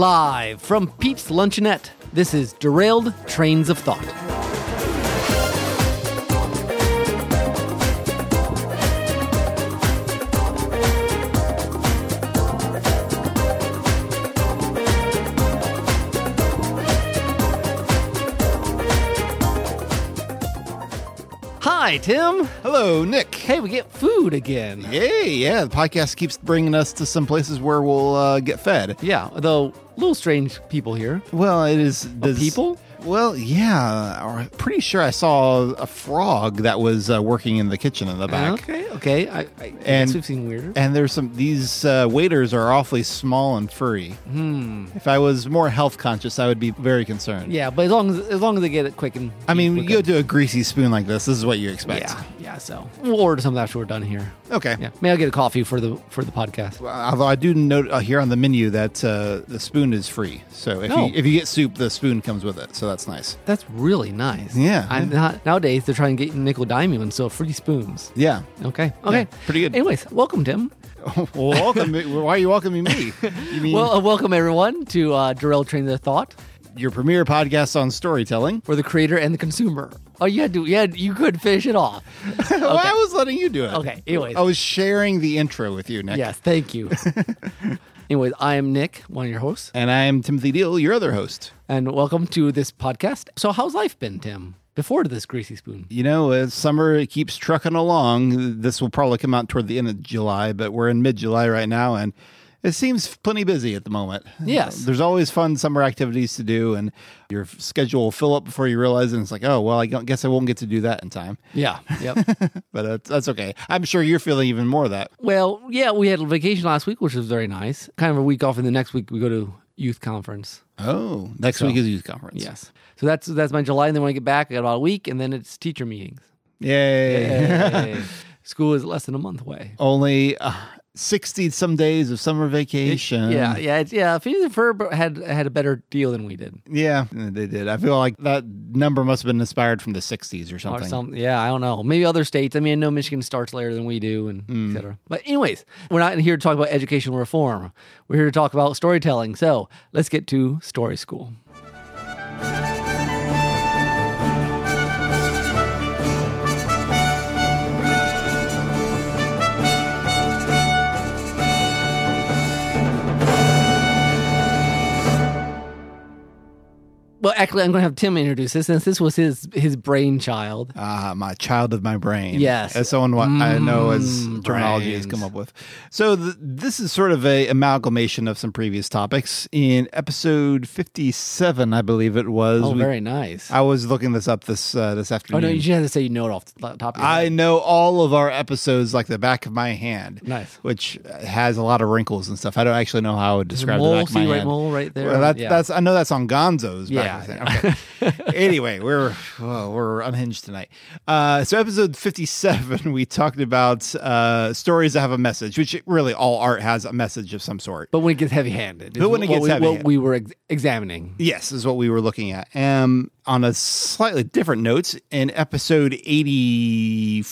Live from Pete's Luncheonette, this is Derailed Trains of Thought. Hi, Tim. Hello, Nick. Hey, we get food again. Yay, yeah. The podcast keeps bringing us to some places where we'll uh, get fed. Yeah, though, little strange people here. Well, it is. Does, people? Well, yeah. I'm pretty sure I saw a frog that was uh, working in the kitchen in the back. Okay, okay. I, I guess And- we've seen weirder. And there's some. These uh, waiters are awfully small and furry. If I was more health conscious, I would be very concerned. Hmm. Yeah, but as long as as long as they get it quick and I mean, quick you go and- to a greasy spoon like this. This is what you expect. yeah, yeah. So we'll order something after we're done here. Okay. Yeah, may I get a coffee for the for the podcast? Although I do note uh, here on the menu that uh, the spoon is free. So if No. you if you get soup, the spoon comes with it. So that's nice. That's really nice. Yeah. I'm not nowadays they're trying to get nickel dime you and so free spoons. Yeah. Okay, okay, pretty good. Anyways, welcome Tim. well, welcome. me- Why are you welcoming me? You mean Well, uh, welcome everyone to uh, Darrell Train the Thought your premier podcast on storytelling? for the creator and the consumer. Oh, you had to, yeah, you could finish it off. well, I was letting you do it. Okay, anyways. I was sharing the intro with you, Nick. Yes, thank you. anyways, I am Nick, one of your hosts, And I am Timothy Deal, your other host. and welcome to this podcast. So, how's life been, Tim? Before this greasy spoon. You know, as summer it keeps trucking along, this will probably come out toward the end of July, but we're in mid July right now, and it seems plenty busy at the moment. Yes. There's always fun summer activities to do, and your schedule will fill up before you realize it. And it's like, oh, well, I don't- guess I won't get to do that in time. Yeah. Yep. But uh, that's okay. I'm sure you're feeling even more of that. Well, yeah, we had a vacation last week, which was very nice. Kind of a week off, and the next week we go to youth conference. Oh, next week is youth conference. Yes. So that's that's my July, and then when I get back, I got about a week, and then it's teacher meetings. Yay. Yay. School is less than a month away. Only uh, 60 some days of summer vacation. Yeah, yeah, it's, yeah. Phoenix and Ferb had had a better deal than we did, Yeah, they did. I feel like that number must have been inspired from the 60s or or something. something. Yeah, I don't know. Maybe other states. I mean, I know Michigan starts later than we do, and Mm. et cetera. But anyways, we're not here to talk about educational reform. We're here to talk about storytelling. So let's get to story school. Well, actually, I'm going to have Tim introduce this since this was his his brainchild. Ah, my child of my brain. Yes. As someone wa- I know as Mm, terminology has brains. come up with. So th- this is sort of a amalgamation of some previous topics. In episode 57, I believe it was. Oh, we- very nice. I was looking this up this uh, this Oh afternoon. no, you just had to say you know it off the top of your head. I know all of our episodes like the back of my hand. Nice. Which has a lot of wrinkles and stuff. I don't actually know how I would describe the mole, back of my see right hand. mole right there. Well, that's, Yeah. that's I know that's on Gonzo's. Yeah, Back of his hand. Okay. anyway, we're whoa, we're unhinged tonight. Uh, so episode fifty-seven, we talked about uh, stories that have a message, which really all art has a message of some sort. But when it gets heavy handed. But when it what we, gets What heavy-handed. we were ex- examining. Yes, is what we were looking at. Um, on a slightly different note, in episode 84,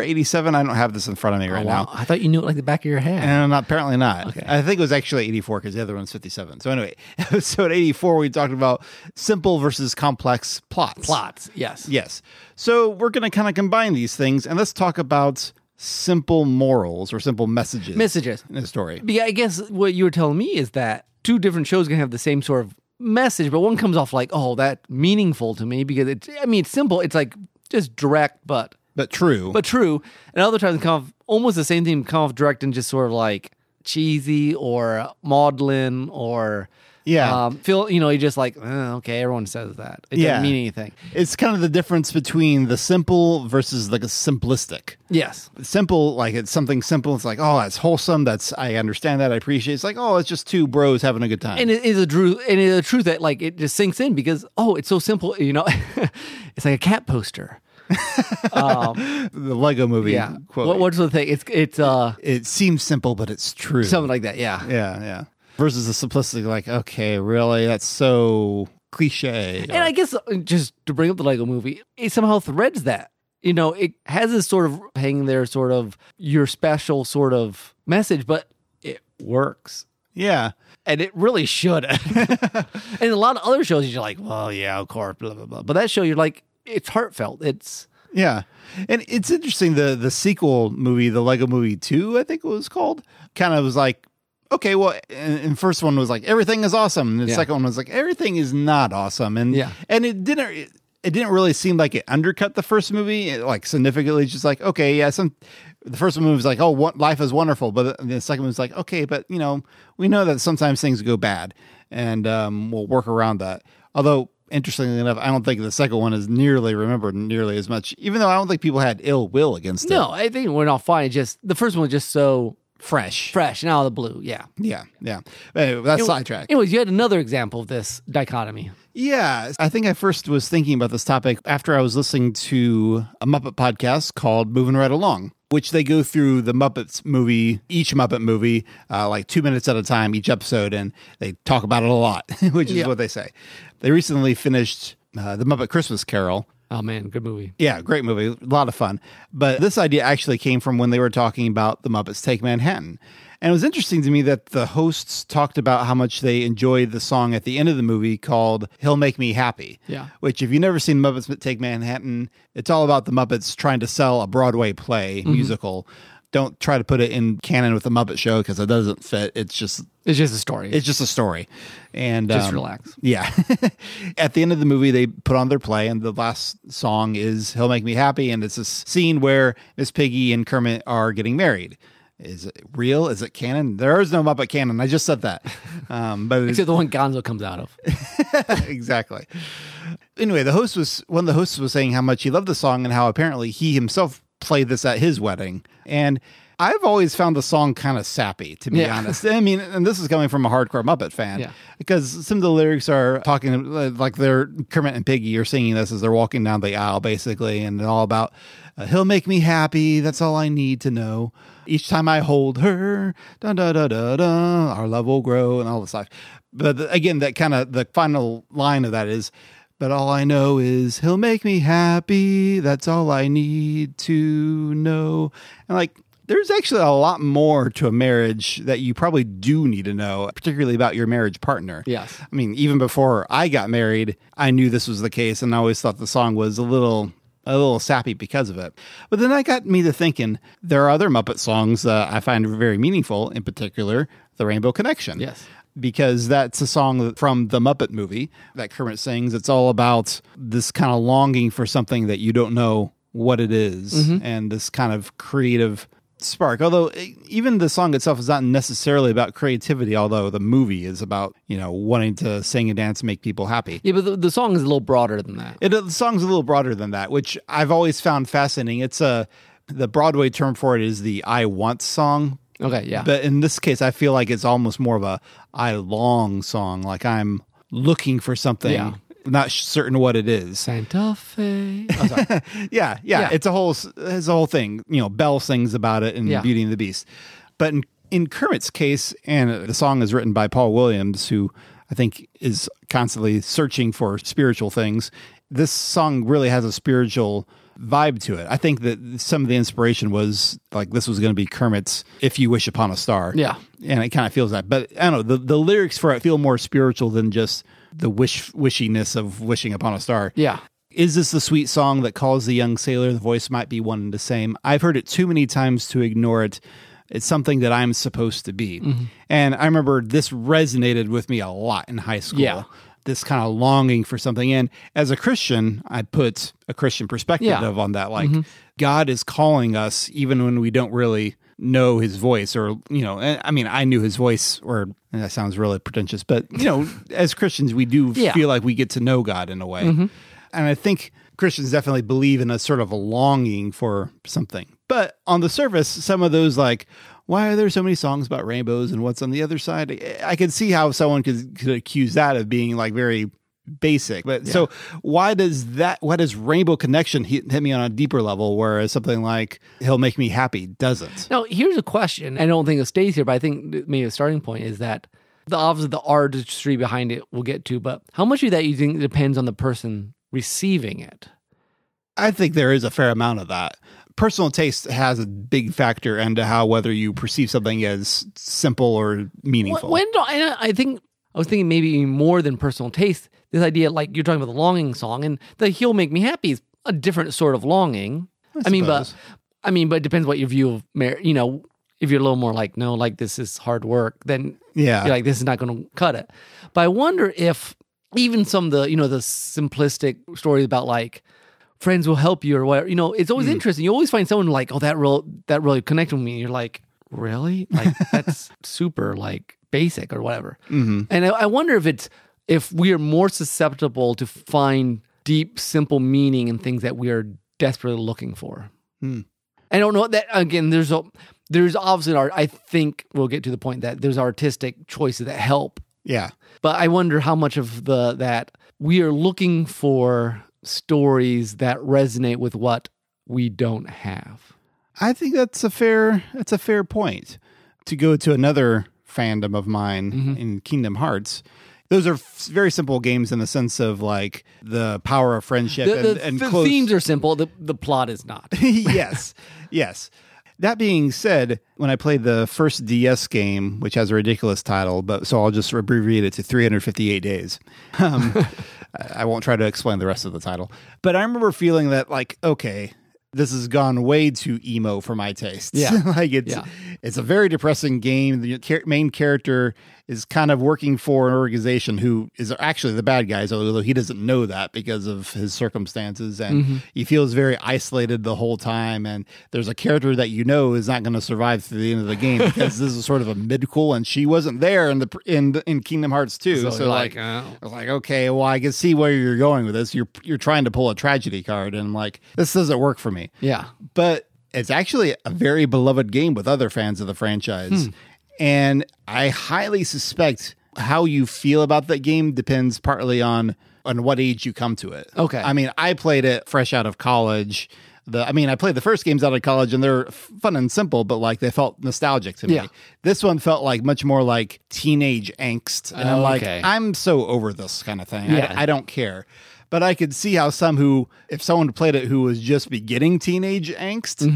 87, I don't have this in front of me right Oh, Wow. now. I thought you knew it like the back of your head. And apparently not. I think it was actually 84 because the other one's 57. So, anyway, episode 84, we talked about simple versus complex plots. Plots. Yes. Yes. So, we're going to kind of combine these things and let's talk about simple morals or simple messages Messages. in a story. But yeah, I guess what you were telling me is that two different shows can have the same sort of message, but one comes off like, oh, that meaningful to me because it's, I mean, it's simple. It's like just direct, but But true. but true. And other times, come off almost the same thing, come off direct and just sort of like cheesy or maudlin or Yeah. um, feel you know, you just like "Uh, okay, everyone says that. It Yeah. doesn't mean anything. it's kind of the difference between the simple versus like a simplistic. Yes, simple like it's something simple it's like oh that's wholesome that's i understand that i appreciate it. it's like oh it's just two bros having a good time and it is a truth, and it is a truth that like it just sinks in because oh, it's so simple. You know, it's like a cat poster. the lego movie Yeah. quote What, what's the thing? It's it's uh it seems simple but it's true something like that. Yeah. yeah yeah versus the simplicity like okay really that's so cliche And I guess uh, just to bring up the Lego movie, it somehow threads that. You know, it has this sort of hanging there, sort of your special sort of message, but it works. Yeah. and it really should. and a lot of other shows, you're like, well, yeah, of course, blah blah blah. But that show, you're like, it's heartfelt. It's Yeah. And it's interesting the the sequel movie, the Lego movie 2, I think it was called, kind of was like okay, well and, and first one was like everything is awesome. And the Yeah. second one was like everything is not awesome. And Yeah. and it didn't it, it didn't really seem like it undercut the first movie it, like significantly just like okay, yeah, some the first one was like, oh, what, life is wonderful, but the, the second one was like, okay, but you know, we know that sometimes things go bad, and um, we'll work around that. Although, interestingly enough, I don't think the second one is nearly remembered nearly as much, even though I don't think people had ill will against it. no, I think we're not fine. It's just the first one was just so fresh. fresh and out of the blue. Yeah. yeah, yeah. Anyway, that's sidetrack. Anyways, you had another example of this dichotomy. Yeah, I think I first was thinking about this topic after I was listening to a Muppet podcast called Moving Right Along, which they go through the Muppets movie, each Muppet movie, uh, like two minutes at a time each episode, and they talk about it a lot, which is Yeah. what they say. They recently finished uh, the Muppet Christmas Carol, Oh man, good movie. yeah, great movie, a lot of fun. But this idea actually came from when they were talking about the Muppets Take Manhattan. And it was interesting to me that the hosts talked about how much they enjoyed the song at the end of the movie called He'll Make Me Happy. Yeah. Which, if you've never seen Muppets Take Manhattan, it's all about the Muppets trying to sell a Broadway play Mm-hmm. musical. Don't try to put it in canon with the Muppet Show because it doesn't fit. It's just It's just a story. it's just a story. And Just um, relax. Yeah. At the end of the movie, they put on their play, and the last song is He'll Make Me Happy. And it's a scene where Miss Piggy and Kermit are getting married. Is it real? Is it canon? There is no Muppet canon. I just said that. Um, but it's, Except the one Gonzo comes out of. exactly. Anyway, the host was one of the hosts was saying how much he loved the song and how apparently he himself played this at his wedding. And I've always found the song kind of sappy, to be Yeah. honest. I mean, and this is coming from a hardcore Muppet fan Yeah. because some of the lyrics are talking uh, like they're Kermit and Piggy are singing this as they're walking down the aisle, basically, and all about uh, he'll make me happy. That's all I need to know. Each time I hold her, da da da da da, our love will grow, and all this stuff. But the- again, that kind of the final line of that is. But all I know is he'll make me happy. That's all I need to know. And like, there's actually a lot more to a marriage that you probably do need to know, particularly about your marriage partner. Yes. I mean, even before I got married, I knew this was the case and I always thought the song was a little a little sappy because of it. But then that got me to thinking there are other Muppet songs that I find very meaningful, in particular, The Rainbow Connection Yes. because that's a song from the Muppet movie that Kermit sings. It's all about this kind of longing for something that you don't know what it is and this kind of creative spark. Although eh, even the song itself is not necessarily about creativity, although the movie is about, you know, wanting to sing and dance and make people happy. Yeah, but the, the song is a little broader than that. It, uh, the song's a little broader than that, which I've always found fascinating. It's a the Broadway term for it is the I want song, Okay, yeah. but in this case, I feel like it's almost more of a I long song. Like I'm looking for something, Yeah. not sh- certain what it is. Santa Fe. Oh, sorry. Yeah, yeah, Yeah. It's a whole, s- it's a whole thing. You know, Belle sings about it in Yeah. Beauty and the Beast. But in, in Kermit's case, and the song is written by Paul Williams, who I think is constantly searching for spiritual things. This song really has a spiritual vibe to it. I think that some of the inspiration was like this was going to be Kermit's "If You Wish Upon a Star." Yeah. and it kind of feels that. But I don't know the, the lyrics for it feel more spiritual than just the wish wishiness of wishing upon a star. yeah. Is this the sweet song that calls the young sailor? The voice might be one and the same. I've heard it too many times to ignore it. It's something that I'm supposed to be. Mm-hmm. And I remember this resonated with me a lot in high school. Yeah. This kind of longing for something. And as a Christian, I put a Christian perspective Yeah. Mm-hmm. on that. Like, God is calling us even when we don't really know his voice or you know and- i mean i knew his voice or and that sounds really pretentious but you know as christians we do Yeah. feel like we get to know god in a way and i think christians definitely believe in a sort of a longing for something but on the surface some of those like why are there so many songs about rainbows and what's on the other side I- i can see how someone could, could accuse that of being like very basic but so why does that why does rainbow connection hit, hit me on a deeper level whereas something like he'll make me happy doesn't Now, here's a question. I don't think it stays here, but I think th- maybe the starting point is that the obviously the artistry behind it we'll get to, but how much of that you think depends on the person receiving it? I think there is a fair amount of that, personal taste has a big factor into how whether you perceive something as simple or meaningful. When do I, I think I was thinking maybe even more than personal taste. This idea, like you're talking about the longing song, and the "He'll Make Me Happy" is a different sort of longing. I, mean, but suppose. I mean, but it depends what your view of marriage. You know, if you're a little more like, no, like this is hard work, then yeah. you're like, this is not going to cut it. But I wonder if even some of the you know the simplistic stories about like friends will help you or whatever. You know, it's always interesting. You always find someone like, oh, that real that really connected with me. And you're like, really? Like that's super like basic or whatever. Mm-hmm. And I, I wonder if it's if we are more susceptible to find deep, simple meaning in things that we are desperately looking for. I don't know that again. There's a there's obviously an art. I think we'll get to the point that there's artistic choices that help, yeah. but I wonder how much of the that we are looking for stories that resonate with what we don't have. I think that's a fair that's a fair point. To go to another fandom of mine Mm-hmm. in Kingdom Hearts, those are f- very simple games in the sense of like the power of friendship The, and, the- and the close. themes are simple. The the plot is not. yes, yes. That being said, when I played the first DS game, which has a ridiculous title, but so I'll just abbreviate it to 358 days. Um, I I won't try to explain the rest of the title, but I remember feeling that like, okay, this has gone way too emo for my tastes. Yeah. like it's Yeah. it's a very depressing game. The char- main character is kind of working for an organization who is actually the bad guys, although he doesn't know that because of his circumstances, and he feels very isolated the whole time. And there's a character that you know is not going to survive through the end of the game because this is sort of a midquel, and she wasn't there in the pr- in the- in Kingdom Hearts 2. So, you're like, like, oh. I was like, okay, well, I can see where you're going with this. You're you're trying to pull a tragedy card, and I'm like, this doesn't work for me Yeah. but it's actually a very beloved game with other fans of the Hmm. franchise. And I highly suspect how you feel about that game depends partly on on what age you come to it. Okay. I mean, I played it fresh out of college. The I mean, I played the first games out of college and they're f- fun and simple, but like they felt nostalgic to me. Yeah. This one felt like much more like teenage angst. And I'm like, Okay. I'm so over this kind of thing. I- Yeah. I, don't care. But I could see how some who, if someone played it who was just beginning teenage angst,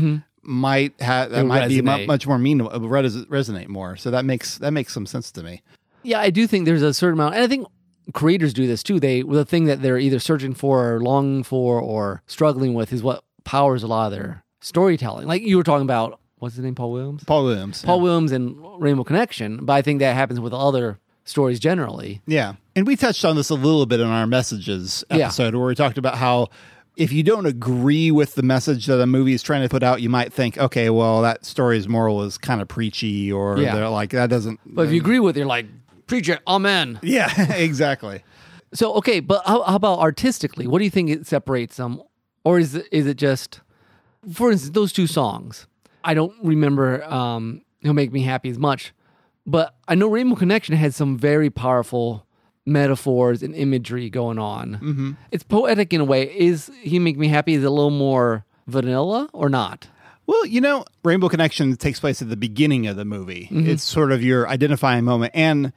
might have that Mm-hmm. It might be mu- resonate. much more mean uh, res- resonate more. So that makes that makes some sense to me. Yeah, I do think there's a certain amount, and I think creators do this too. They the thing that they're either searching for, or longing for, or struggling with is what powers a lot of their storytelling. Like you were talking about, what's his name, Paul Williams? Paul Williams. Paul Williams and Rainbow Connection, but I think that happens with other stories generally. Yeah. And we touched on this a little bit in our messages Yeah. episode where we talked about how if you don't agree with the message that a movie is trying to put out, you might think, okay, well, that story's moral is kind of preachy or Yeah. they're like, that doesn't. But if you agree with it, you're like, preach it, amen. yeah, exactly. So, okay, but how, how about artistically? What do you think it separates them? Or is it, is it just, for instance, those two songs? I don't remember um, He'll Make Me Happy as much, but I know Rainbow Connection had some very powerful metaphors and imagery going on. Mm-hmm. It's poetic in a way. Is He Make Me Happy is a little more vanilla or not? Well, you know, Rainbow Connection takes place at the beginning of the movie. Mm-hmm. It's sort of your identifying moment. And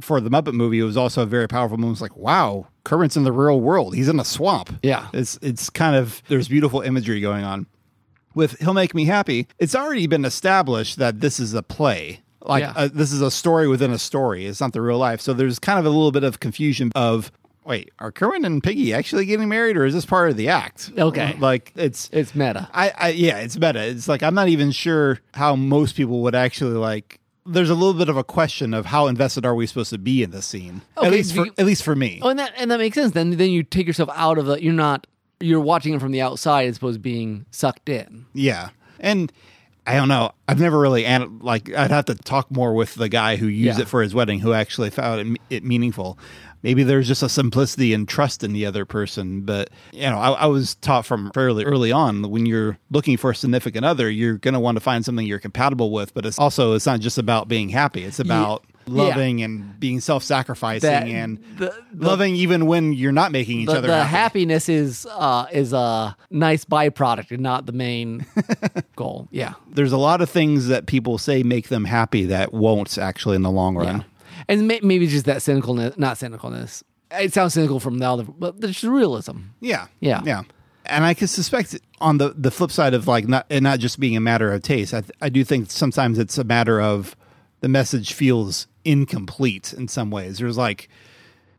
for the Muppet movie, it was also a very powerful moment. It's like, wow, Kermit's in the real world. He's in a swamp. Yeah. It's it's kind of there's beautiful imagery going on. With He'll Make Me Happy, it's already been established that this is a play. Like Yeah. uh, this is a story within a story. It's not the real life. So there's kind of a little bit of confusion of wait, are Kermit and Piggy actually getting married or is this part of the act? Okay. Like it's It's meta. I, I yeah, it's meta. It's like I'm not even sure how most people would actually like. There's a little bit of a question of how invested are we supposed to be in this scene? Okay, at least do for you- at least for me. Oh, and that and that makes sense. Then then you take yourself out of the. You're not. You're watching it from the outside as opposed to being sucked in. Yeah, and I don't know. I've never really an- like. I'd have to talk more with the guy who used Yeah. it for his wedding, who actually found it, it meaningful. Maybe there's just a simplicity and trust in the other person. But you know, I, I was taught from fairly early on when you're looking for a significant other, you're going to want to find something you're compatible with. But it's also it's not just about being happy. It's about Yeah. loving and being self-sacrificing That- and the- the- loving even when you're not making each The, other the happy. happiness is uh, is a nice byproduct and not the main goal. Yeah. there's a lot of things that people say make them happy that won't actually in the long run. And may, maybe just that cynicalness, not cynicalness. It sounds cynical from the other, but there's realism. Yeah. Yeah. Yeah. and I could suspect on the the flip side of like not and not just being a matter of taste. I I do think sometimes it's a matter of the message feels incomplete in some ways. There's like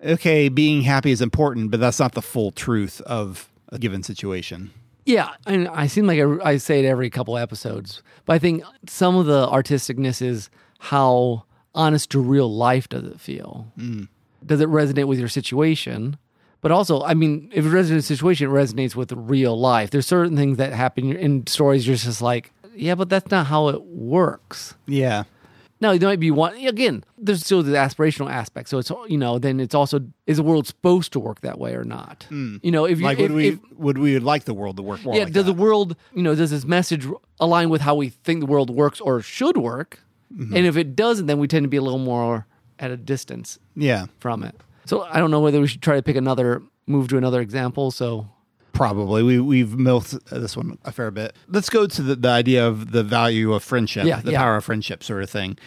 okay, being happy is important, but that's not the full truth of a given situation. Yeah, and I seem like I, I say it every couple episodes, but I think some of the artisticness is how honest to real life does it feel? Mm. Does it resonate with your situation? But also, I mean, if it resonates with the situation, it resonates with real life. There's certain things that happen in stories. You're just like, yeah, but that's not how it works. Yeah. Now there might be one again. There's still the aspirational aspect. So it's you know then it's also is the world supposed to work that way or not? You know if you Mm. Like if, would we if- would we like the world to work more yeah like does that? the world you know does this message r- align with how we think the world works or should work? And if it doesn't, then we tend to be a little more at a distance yeah. from it. So I don't know whether we should try to pick another move to another example. So Probably. We we've milked this one a fair bit. Let's go to the, the idea of the value of friendship, Yeah, the yeah. power of friendship sort of thing.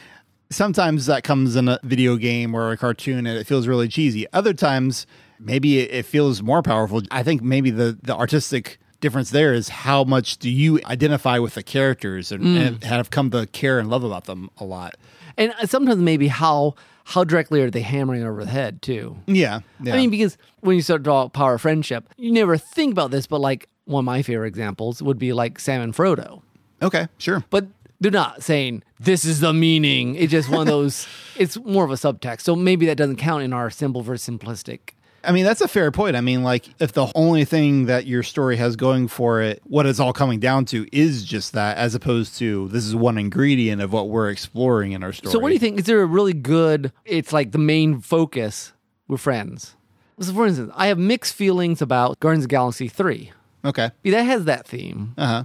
Sometimes that comes in a video game or a cartoon and it feels really cheesy. Other times maybe it, it feels more powerful. I think maybe the the artistic difference there is how much do you identify with the characters and, Mm. and have come to care and love about them a lot. and sometimes maybe how how directly are they hammering over the head too? Yeah. yeah. I mean, because when you start to draw power of friendship, you never think about this, but like one of my favorite examples would be like Sam and Frodo. okay, sure. But they're not saying this is the meaning. It's just one of those. It's more of a subtext. So maybe that doesn't count in our simple versus simplistic. I mean, that's a fair point. I mean, like, if the only thing that your story has going for it, what it's all coming down to is just that, as opposed to this is one ingredient of what we're exploring in our story. So what do you think? Is there a really good? It's like the main focus with friends. So for instance, I have mixed feelings about Guardians of the Galaxy Three. Okay. That has that theme. Uh huh.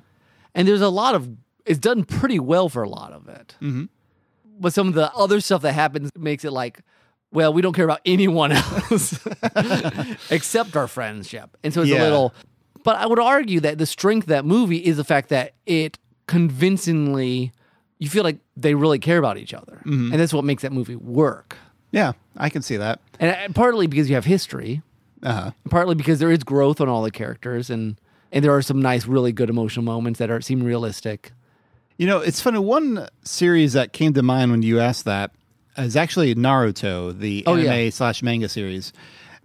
and there's a lot of it's done pretty well for a lot of it mm-hmm. but some of the other stuff that happens makes it like well we don't care about anyone else except our friendship and so it's a Yeah. little but i would argue that the strength of that movie is the fact that it convincingly you feel like they really care about each other and that's what makes that movie work Yeah, I can see that. and uh, partly because you have history Uh huh. partly because there is growth on all the characters and and there are some nice really good emotional moments that are seem realistic You know, it's funny. One series that came to mind when you asked that is actually Naruto, the Oh, yeah. anime slash manga series.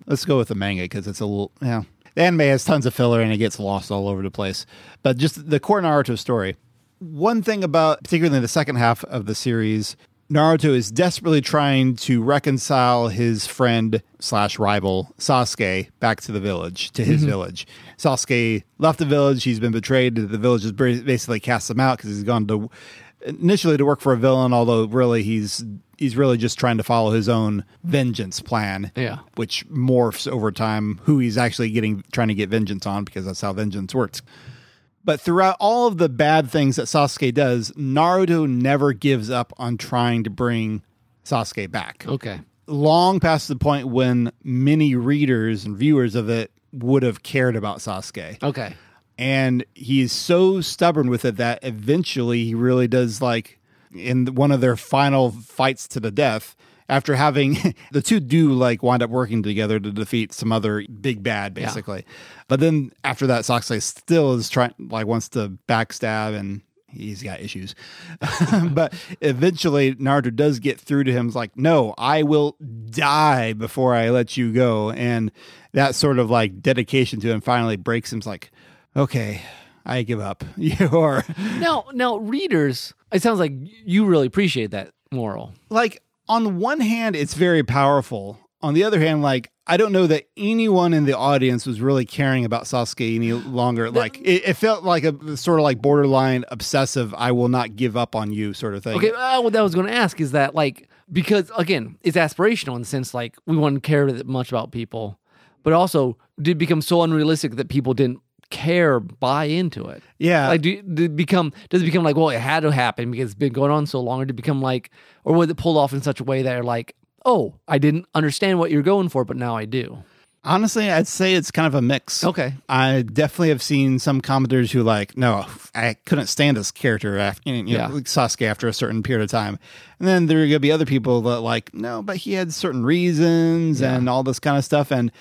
Let's go with the manga because it's a little, yeah. The anime has tons of filler and it gets lost all over the place. But just the core Naruto story. One thing about, particularly the second half of the series, Naruto is desperately trying to reconcile his friend slash rival Sasuke back to the village, to his village. Sasuke left the village. He's been betrayed. The village has bra- basically cast him out because he's gone to initially to work for a villain. Although really he's he's really just trying to follow his own vengeance plan. Yeah. which morphs over time who he's actually getting trying to get vengeance on because that's how vengeance works. But throughout all of the bad things that Sasuke does, Naruto never gives up on trying to bring Sasuke back. Okay. Long past the point when many readers and viewers of it would have cared about Sasuke. Okay. And he is so stubborn with it that eventually he really does like in one of their final fights to the death after having the two do like wind up working together to defeat some other big bad basically. But then after that Sasuke still is trying like wants to backstab and he's got issues. but eventually Naruto does get through to him It's like, no, I will die before I let you go. And that sort of like dedication to him finally breaks him. It's like, okay, I give up. You are Now, now, readers, it sounds like you really appreciate that moral. like on one hand it's very powerful on the other hand like i don't know that anyone in the audience was really caring about sasuke any longer like it, it felt like a sort of like borderline obsessive i will not give up on you sort of thing Okay. Uh, what I was going to ask is that, like, because again, it's aspirational in the sense, like, we wouldn't care that much about people, but also did become so unrealistic that people didn't care buy into it. yeah Like, do, did it become does it become like, well, it had to happen because it's been going on so long, or did it become like, or was it pulled off in such a way that you're like, oh, I didn't understand what you're going for, but now I do. honestly i'd say it's kind of a mix Okay. I definitely have seen some commenters who like, no, I couldn't stand this character after you know, Yeah. like Sasuke after a certain period of time, and then there are gonna be other people that like, no, but he had certain reasons and all this kind of stuff. And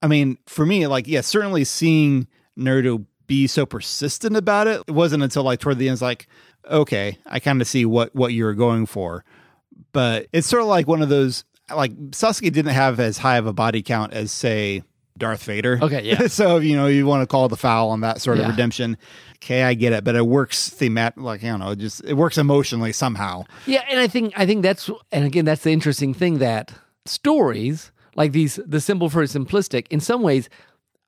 I mean, for me, like, yeah, certainly seeing Naruto be so persistent about it. It wasn't until like toward the end, it's like, okay, I kind of see what what you're going for. But it's sort of like one of those like Sasuke didn't have as high of a body count as say Darth Vader. Okay, yeah. so you know you want to call the foul on that sort Yeah. of redemption. Okay, I get it, but it works themat like I don't know, it just it works emotionally somehow. Yeah, and I think I think that's and again that's the interesting thing that stories like these the simple for simplistic in some ways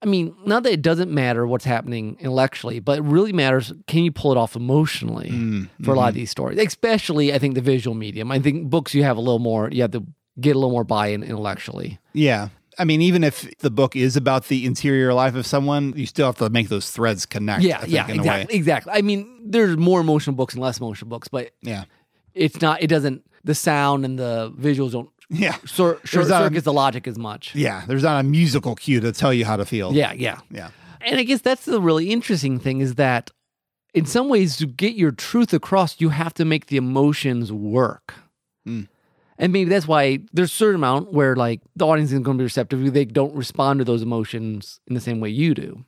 I mean, not that it doesn't matter what's happening intellectually, but it really matters can you pull it off emotionally for a lot of these stories, especially I think the visual medium. I think books you have a little more you have to get a little more buy-in intellectually. Yeah. I mean, even if the book is about the interior life of someone, you still have to make those threads connect. I Yeah, think, yeah, in a way. exactly, exactly. I mean, there's more emotional books and less emotional books, but Yeah. it's not. It doesn't. The sound and the visuals don't Yeah. sur- short not a- circuits the logic as much. Yeah. There's not a musical cue to tell you how to feel. Yeah, yeah. Yeah. And I guess that's the really interesting thing is that in some ways to get your truth across, you have to make the emotions work. Mm. And maybe that's why there's a certain amount where like the audience isn't going to be receptive. They don't respond to those emotions in the same way you do.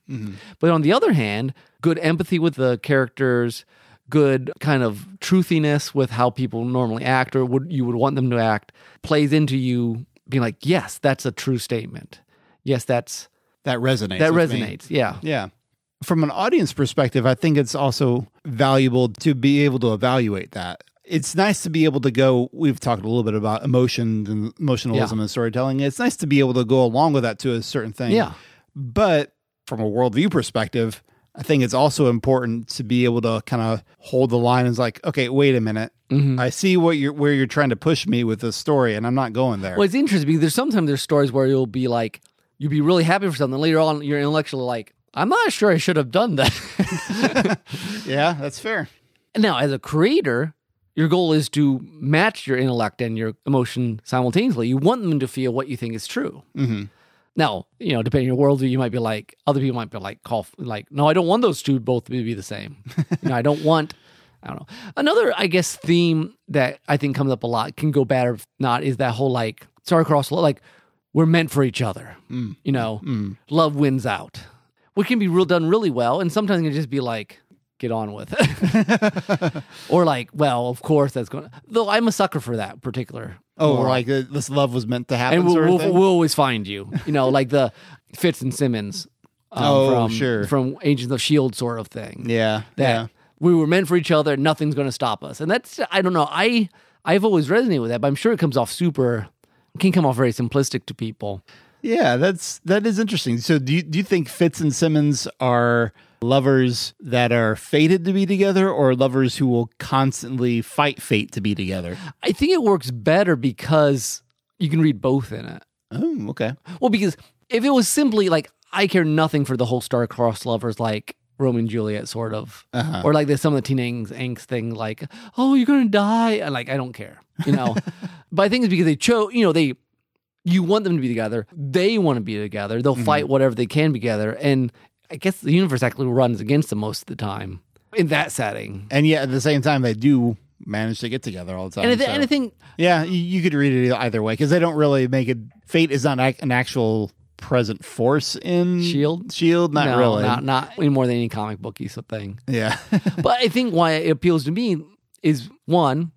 But on the other hand, good empathy with the characters, good kind of truthiness with how people normally act or would you would want them to act plays into you being like, yes, that's a true statement. Yes, that's That resonates. that with me. resonates. Yeah. Yeah. From an audience perspective, I think it's also valuable to be able to evaluate that. It's nice to be able to go. We've talked a little bit about emotion and emotionalism and storytelling. It's nice to be able to go along with that to a certain thing. Yeah. But from a worldview perspective, I think it's also important to be able to kind of hold the line and it's like, okay, wait a minute. Mm-hmm. I see what you're where you're trying to push me with this story, and I'm not going there. Well, it's interesting because there's sometimes there's stories where you'll be like, you'll be really happy for something. Later on, you're intellectually like, I'm not sure I should have done that. Yeah, that's fair. now, as a creator, your goal is to match your intellect and your emotion simultaneously. You want them to feel what you think is true. Mhm. Now, you know, depending on your worldview, you might be like, other people might be like, call, like, no, I don't want those two both to be the same. you know, I don't want, I don't know. Another, I guess, theme that I think comes up a lot, can go bad or not, is that whole like, sorry, cross, like, we're meant for each other. You know, love wins out, which can be real done really well. And sometimes it can just be like, get on with it. or like, well, of course that's going to, though I'm a sucker for that particular. Oh, moral like uh, this love was meant to happen. and we'll, sort of we'll, thing? we'll always find you. You know, like the Fitz and Simmons. Um, Oh, from, sure. From Agents of Shield E sort of thing. yeah, That yeah. we were meant for each other. Nothing's going to stop us. And that's I don't know. I I've always resonated with that, but I'm sure it comes off super. Can come off very simplistic to people. Yeah, that's that is interesting. So do you do you think Fitz and Simmons are lovers that are fated to be together or lovers who will constantly fight fate to be together? I think it works better because you can read both in it. Oh, okay. Well, because if it was simply like I care nothing for the whole star-crossed lovers, like Romeo and Juliet, sort of, Uh-huh. or like there's some of the teen angst, angst thing, like oh you're gonna die, and like I don't care, you know. but I think it's because they chose, you know, they you want them to be together, they want to be together, they'll Mm-hmm. fight whatever they can be together, and I guess the universe actually runs against them most of the time in that setting. And yet at the same time they do manage to get together all the time. And I, thi- so- and I think yeah, you, you could read it either way because they don't really make it. Fate is not ac- an actual present force in Shield? Shield, not no, really. not not any more than any comic booky sort of thing. yeah, but I think why it appeals to me is one,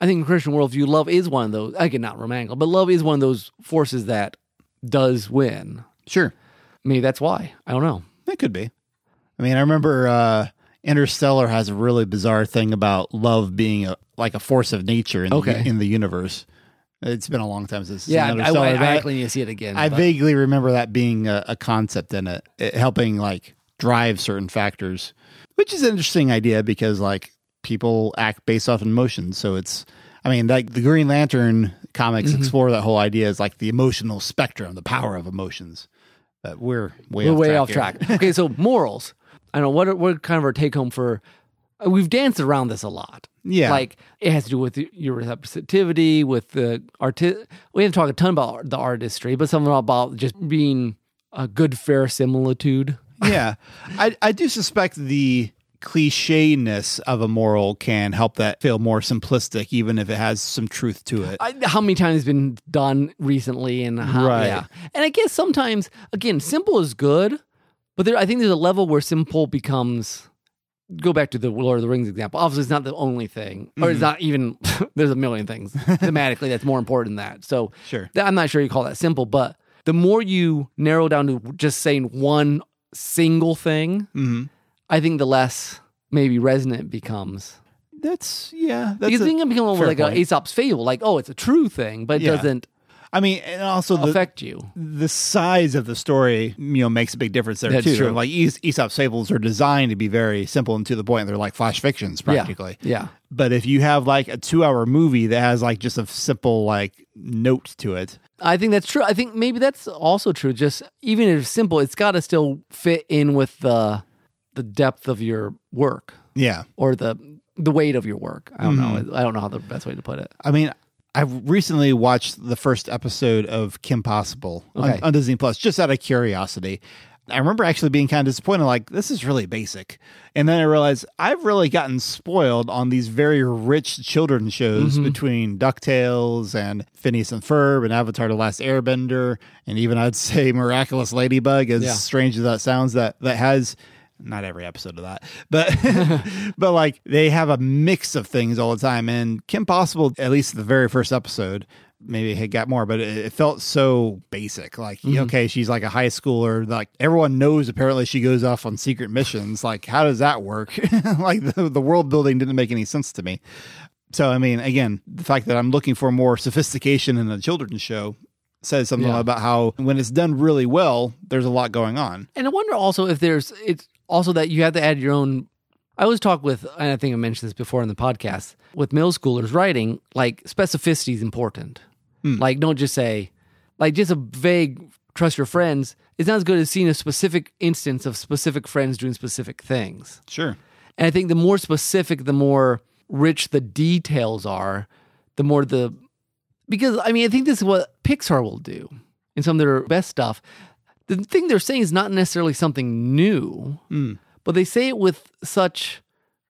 I think in Christian worldview, love is one of those. Again, not romantic, but love is one of those forces that does win. sure. Maybe that's why. I don't know. That could be. I mean, I remember uh, Interstellar has a really bizarre thing about love being a, like a force of nature in, Okay. the, in the universe. It's been a long time since. Yeah, seen I, Interstellar, I, but I actually need to see it again. I but- vaguely remember that being a, a concept in it, it helping like drive certain factors, which is an interesting idea because like people act based off emotions. So it's, I mean, like the Green Lantern comics Mm-hmm. explore that whole idea as like the emotional spectrum, the power of emotions. But we're way we're off way track off here. track. okay, so morals. I don't know what are, what kind of our take home for. uh, We've danced around this a lot. Yeah. like it has to do with your receptivity, with the artist. We didn't talk a ton about the artistry, but something about just being a good verisimilitude. yeah I, I do suspect the clicheness of a moral can help that feel more simplistic even if it has some truth to it I, how many times it's been done recently and how Right. yeah and i guess sometimes again simple is good But there, I think there's a level where simple becomes. Go back to the Lord of the Rings example. Obviously, it's not the only thing, or Mm-hmm. it's not even. there's a million things thematically that's more important than that. So Sure. that- I'm not sure you call that simple, but the more you narrow down to just saying one single thing, Mhm. I think the less maybe resonant it becomes. That's yeah. That's because a- then it becomes fair like a point. Aesop's fable, like oh, it's a true thing, but it Yeah. doesn't I mean, and also the affect you. the size of the story, you know, makes a big difference there That's too. true. Like Aes- Aesop's fables are designed to be very simple and to the point. They're like flash fictions practically. Yeah. But if you have like a two-hour movie that has like just a simple like note to it, I think that's true. I think maybe that's also true. Just even if it's simple, it's got to still fit in with the the depth of your work yeah. or the the weight of your work. I don't Mm-hmm. know. I don't know how the best way to put it. I mean, I've recently watched the first episode of Kim Possible on- Okay. on, Disney Plus, just out of curiosity. I remember actually being kind of disappointed, like, this is really basic. And then I realized I've really gotten spoiled on these very rich children's shows Mm-hmm. between DuckTales and Phineas and Ferb and Avatar The Last Airbender. And even I'd say Miraculous Ladybug, as Yeah. strange as that sounds, that, that has not every episode of that, but but like they have a mix of things all the time. And Kim Possible, at least the very first episode, maybe it had got more, but it, it felt so basic. Like, okay, she's like a high schooler. Like everyone knows apparently she goes off on secret missions. Like, how does that work? like the, the world building didn't make any sense to me. So I mean, again, the fact that I'm looking for more sophistication in a children's show says something Yeah. about how when it's done really well, there's a lot going on. And I wonder also if there's it's also that you have to add your own. I always talk with, and I think I mentioned this before in the podcast, with middle schoolers writing, like specificity is important. Like, don't just say, like, just a vague trust your friends is not as good as seeing a specific instance of specific friends doing specific things. Sure. And I think the more specific, the more rich the details are, the more the because I mean I think this is what Pixar will do in some of their best stuff. The thing they're saying is not necessarily something new, Hmm. but they say it with such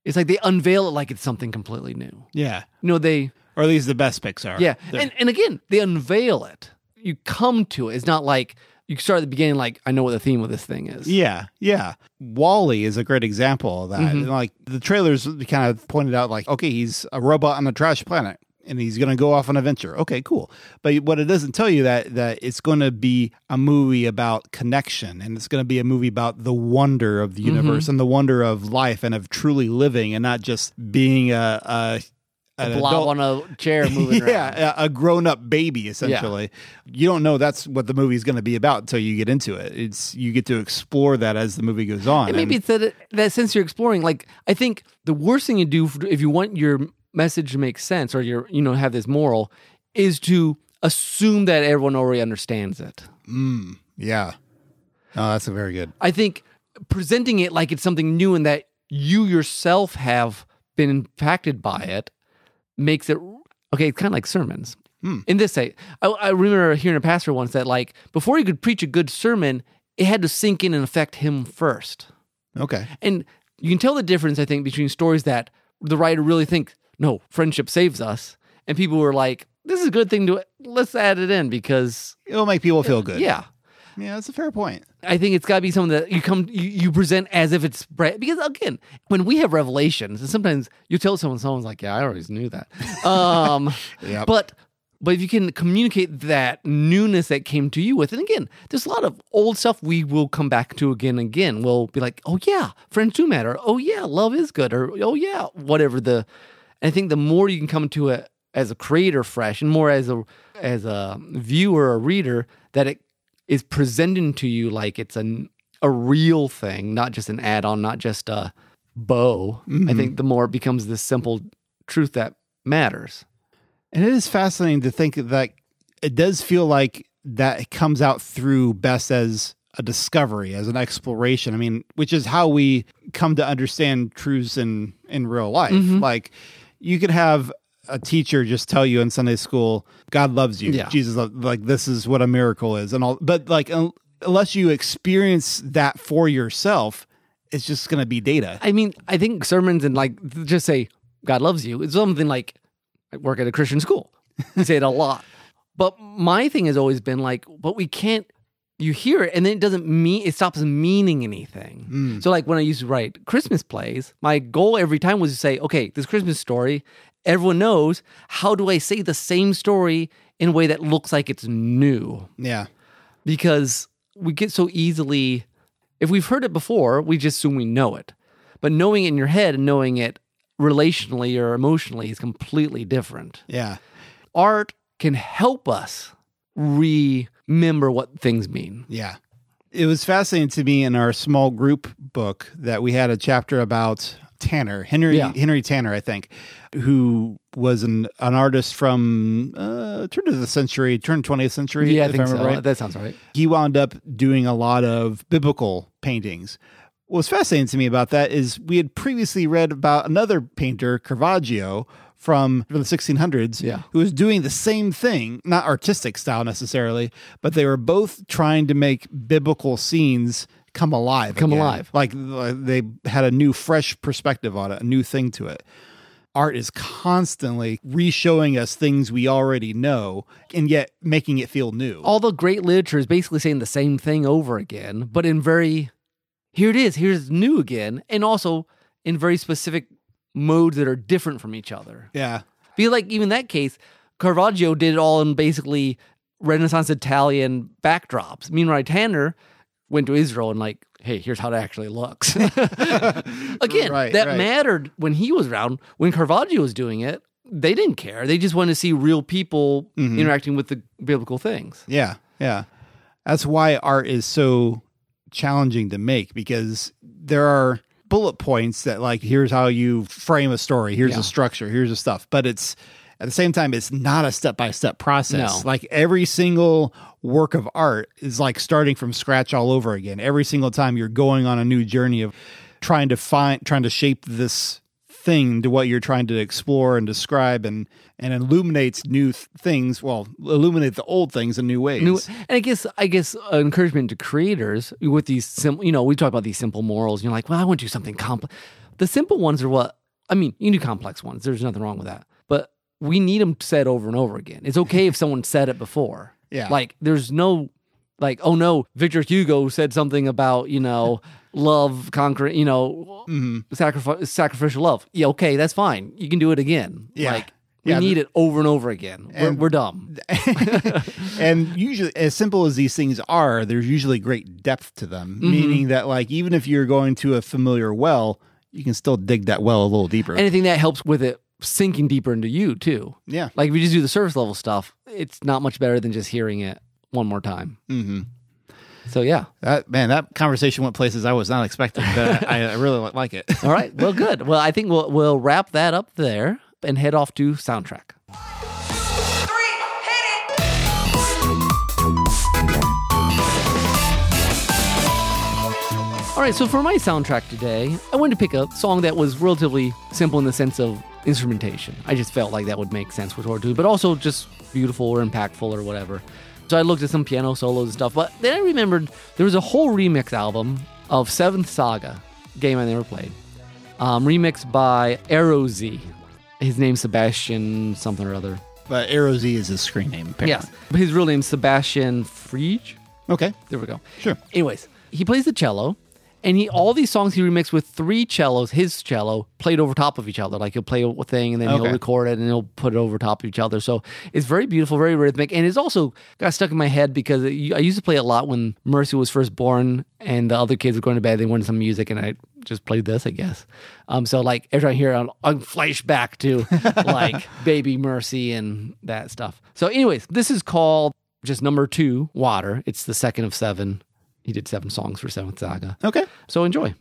it's like they unveil it like it's something completely new. Yeah. You know, they Or at least the best Pixar. yeah. They're- And and again, they unveil it. You come to it. It's not like you start at the beginning like I know what the theme of this thing is. yeah. Yeah. Wally is a great example of that. Mm-hmm. And, Like the trailers kind of pointed out, like, okay, he's a robot on a trash planet and he's going to go off on an adventure. Okay, cool. But what it doesn't tell you that that it's going to be a movie about connection and it's going to be a movie about the wonder of Mm-hmm. the universe and the wonder of life and of truly living and not just being a, a an A blob adult on a chair moving around. yeah, a a grown-up baby essentially. You don't know that's what the movie's going to be about until you get into it. It's you get to explore that as the movie goes on. And maybe it's that that sense you're exploring. Like I think the worst thing you do f- if you want your message to make sense or your you know have this moral is to assume that everyone already understands it. And- yeah. Oh, that's a very good. I think presenting it like it's something new and that you yourself have been impacted by it makes it okay. It's kind of like sermons. In this say, I, I remember hearing a pastor once that like before he could preach a good sermon, it had to sink in and affect him first. Okay. And you can tell the difference, I think, between stories that the writer really think, no, friendship saves us, and people who are like, this is a good thing to let's add it in because It'll make people feel good. yeah. Yeah, that's a fair point. I think it's got to be something that you come you, you present as if it's bre- because again when we have revelations and sometimes you tell someone someone's like yeah I always knew that um Yep. but but if you can communicate that newness that came to you with and again there's a lot of old stuff we will come back to again and again we'll be like oh yeah friends do matter oh yeah love is good or oh yeah whatever the and I think the more you can come to it as a creator fresh and more as a as a viewer or reader that it is presented to you like it's an a real thing, not just an add-on, not just a bow. I think the more it becomes this simple truth that matters. And it is fascinating to think that it does feel like that comes out through best as a discovery, as an exploration. I mean, which is how we come to understand truths in in real life. Like you could have a teacher just tell you in Sunday school, God loves you. Yeah. Jesus lo- like this is what a miracle is and all but like un- unless you experience that for yourself, it's just going to be data. I mean, I think sermons and like th- just say God loves you is something like I work at a Christian school. We say it a lot. But my thing has always been like, but we can't you hear it and then it doesn't mean it stops meaning anything. So like when I used to write Christmas plays, my goal every time was to say, okay, this Christmas story, everyone knows, how do I say the same story in a way that looks like it's new? Yeah. because we get so easily if we've heard it before we just assume we know it but knowing it in your head and knowing it relationally or emotionally is completely different Yeah. art can help us remember what things mean Yeah. It was fascinating to me in our small group book that we had a chapter about Tanner, Henry Yeah. Henry Tanner, I think, who was an, an artist from uh, turn of the century, turn 20th century. yeah i if think so remember right. that sounds right he wound up doing a lot of biblical paintings. What's fascinating to me about that is we had previously read about another painter, Caravaggio, from the 1600s, Yeah. who was doing the same thing, not artistic style necessarily, but they were both trying to make biblical scenes come alive. Come again. alive. Like like they had a new, fresh perspective on it, a new thing to it art is constantly re-showing us things we already know and yet making it feel new. all the great literature is basically saying the same thing over again but in very here it is here's new again and also in very specific modes that are different from each other Yeah. Be like even that case, Caravaggio did it all in basically Renaissance Italian backdrops. Meanwhile, Tanner went to Israel and like, hey, here's how it actually looks. Again, Right, that right. mattered when he was around. When Caravaggio was doing it, they didn't care. They just wanted to see real people Mm-hmm. interacting with the biblical things. Yeah. Yeah. That's why art is so challenging to make because there are bullet points that like here's how you frame a story, here's Yeah. a structure, here's a stuff, but it's at the same time it's not a step-by-step process. No. Like every single work of art is like starting from scratch all over again. Every single time you're going on a new journey of trying to find trying to shape this thing to what you're trying to explore and describe and and illuminates new th- things well illuminate the old things in new ways New- and I guess I guess uh, encouragement to creators with these simple, you know, we talk about these simple morals. you're like, well, I want to do something complex. The simple ones are what I mean. You can do complex ones. There's nothing wrong with that. But we need them said over and over again. It's okay if someone said it before. Yeah. Like there's no, like oh no, Victor Hugo said something about you know love conquering you know Mm-hmm. sacrifice sacrificial love. Yeah, okay, that's fine. You can do it again. Yeah. Like we Yeah, need it over and over again. We're, And- we're dumb. and usually as simple as these things are there's usually great depth to them meaning that like even if you're going to a familiar well you can still dig that well a little deeper anything that helps with it sinking deeper into you too. yeah Like if you just do the surface level stuff, it's not much better than just hearing it one more time. Mm-hmm. So yeah, that man that conversation went places i was not expecting but i, I really li- like it all right. Well, good. Well, I think we'll we'll wrap that up there and head off to soundtrack. three, hit it! All right. So for my soundtrack today, I wanted to pick a song that was relatively simple in the sense of instrumentation. I just felt like that would make sense with what we're doing, but also just beautiful or impactful or whatever. So I looked at some piano solos and stuff, but then I remembered there was a whole remix album of Seventh Saga, game I never played. um, remixed by Arrow Z. His name's Sebastian something or other. but arrow z is his screen name apparently. Yes, but his real name's Sebastian Frege. okay There we go. Sure. Anyways, he plays the cello, and he all these songs he remixed with three cellos, his cello played over top of each other. Like he'll play a thing, and then Okay. he'll record it, and he'll put it over top of each other. So it's very beautiful, very rhythmic, and it's also got stuck in my head because it, I used to play a lot when Mercy was first born, and the other kids were going to bed. They wanted some music, and I just played this, I guess. Um, so like every time I hear, it, I'll, I'll flash back to like Baby Mercy and that stuff. So, anyways, this is called just number two, Water. It's the second of seven. He did seven songs for Seventh Saga. okay So enjoy.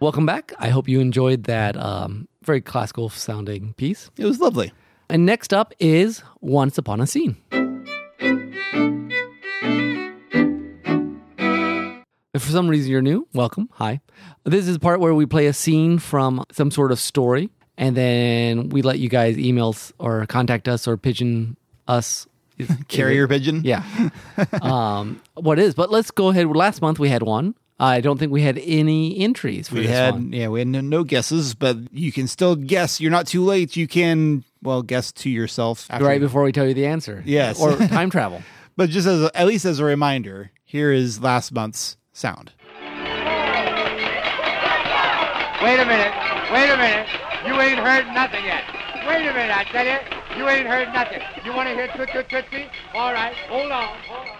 Welcome back. I hope you enjoyed that um, very classical sounding piece. It was lovely. And next up is Once Upon a Scene. If for some reason you're new, welcome. Hi. This is the part where we play a scene from some sort of story, and then we let you guys email us or contact us or pigeon us. Is- is it- Carrier pigeon. yeah. um, what is? But let's go ahead. Last month we had one. I don't think we had any entries for We this had one. yeah, we had no, no guesses, but you can still guess. You're not too late. You can well guess to yourself after right before we tell you the answer. Yes. Or time travel. But just as a, at least as a reminder, here is last month's sound. Wait a minute. Wait a minute. You ain't heard nothing yet. Wait a minute, I tell you. You ain't heard nothing. You want to hear Toot Toot Tootsie? All right. Hold on. Hold on.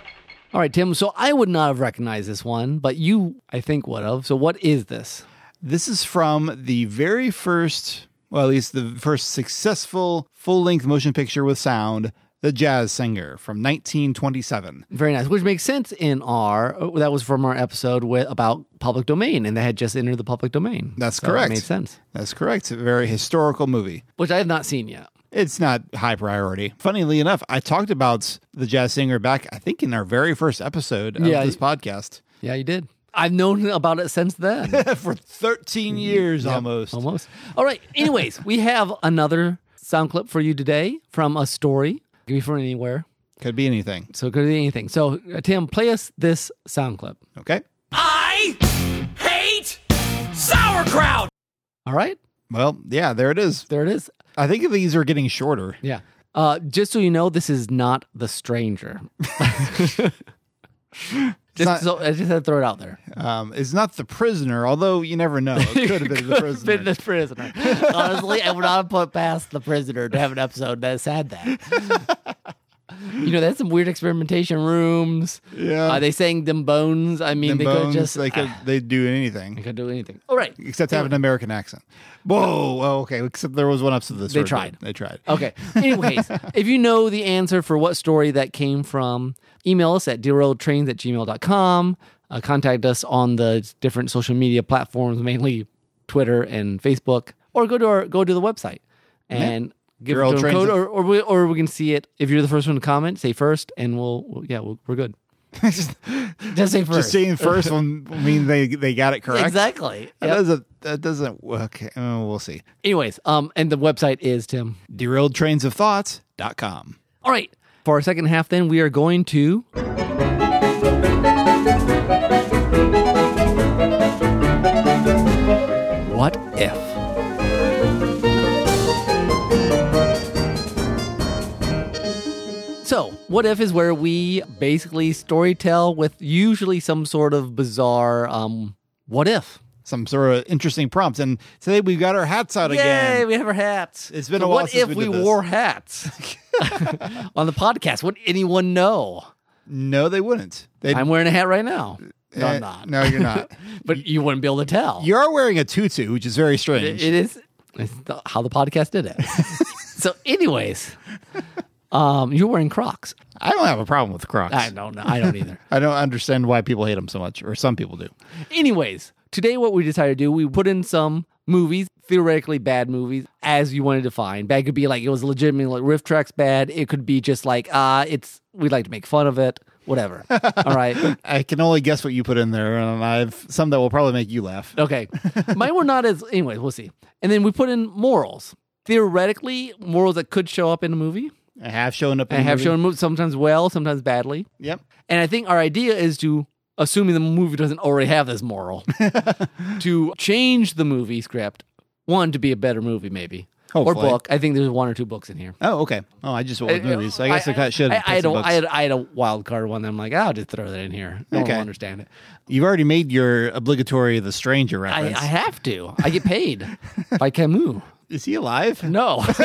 All right, Tim. So I would not have recognized this one, but you, I think, would have. So what is this? This is from the very first, well, at least the first successful full-length motion picture with sound, The Jazz Singer from 1927. Very nice, which makes sense in our uh, that was from our episode with about public domain, and they had just entered the public domain. That's So correct. It made sense, That's correct. A very historical movie. which I have not seen yet. It's not high priority. Funnily enough, I talked about The Jazz Singer back, I think, in our very first episode of Yeah. this podcast Yeah, you did. I've known about it since then. for 13 years almost. Almost. All right. Anyways, we have another sound clip for you today from a story. Could be from anywhere. Could be anything. So it could be anything. So uh, Tim, play us this sound clip. Okay. I hate sauerkraut. All right. Well, yeah, there it is. There it is. I think these are getting shorter. Yeah. Uh, just so you know, this is not the stranger. just not- so I just had to throw it out there. Um, it's not the prisoner, although you never know. It could have been the Could've prisoner. Been the prisoner. Honestly, I would not put past the prisoner to have an episode that had that. you know, that's some weird experimentation rooms. Yeah. Are they saying them bones? I mean, Them they bones, could just they could ah, they do they anything could do anything. All right. except have an American accent. Whoa, oh, okay. Except there was one up to this. They tried. They tried. Okay. Anyways, if you know the answer for what story that came from, email us at dearoldtrains at gmail.com. Uh, contact us on the different social media platforms, mainly Twitter and Facebook, or go to our go to the website and give Dear Old us a Trains code, is- or, or, we, or we can see it. If you're the first one to comment, say first, and we'll, we'll- yeah, we'll, we're good. just, Just say first. just seeing first one I mean they they got it correct. Exactly. That Yep. doesn't that doesn't work. Uh, we'll see. Anyways, um, and the website is Tim. DerailledTrainsOfThoughts.com. All right. For our second half, then, we are going to. What if? So, what if is where we basically storytell with usually some sort of bizarre um, what if. Some sort of interesting prompts. And today we've got our hats out Yay, again. we have our hats. It's been So a while What since if we we, did this. wore hats on the podcast? Would anyone know? No, they wouldn't. They I'm wearing a hat right now. No, eh, I'm not. No, you're not. but you wouldn't be able to tell. you are wearing a tutu, which is very strange. it is it's the, how the podcast did it. so, anyways, Um, you're wearing Crocs. I don't have a problem with Crocs. I don't know. I don't either. I don't understand why people hate them so much, or some people do. Anyways, today what we decided to do, we put in some movies, theoretically bad movies, as you want to define. Bad could be like it was legitimately like riff tracks bad. It could be just like ah, it's we like to make fun of it, whatever. All right, I can only guess what you put in there, and I've some that will probably make you laugh. okay. Mine were not as. Anyways, we'll see. And then we put in morals. Theoretically, morals that could show up in a movie. I have shown up. In I have the shown movie. movies sometimes well, sometimes badly. Yep. And I think our idea is to, assuming the movie doesn't already have this moral, to change the movie script, one, to be a better movie, maybe. Hopefully. Or book. I think there's one or two books in here. Uh, Oh, okay. Oh, I just went with movies. I guess I, should. I, have I, put had a- some I, books. had, I had a wild card one. That I'm like, I'll just throw that in here. No one Okay. will understand it. You've already made your obligatory "The Stranger" I, reference. I have to. I get paid by Camus. Is he alive? No,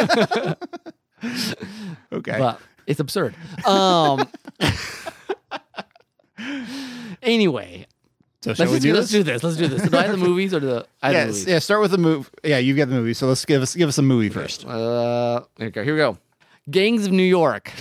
Okay. but it's absurd. Um, anyway, so shall let's, we just, do let's this? do this. Let's do this. Do I have the movies or the? I have the Yes. movies. Yeah. Start with the movie. Yeah, you've got the movie. So let's give us give us a movie first. Uh, there we go. Here we go. Gangs of New York.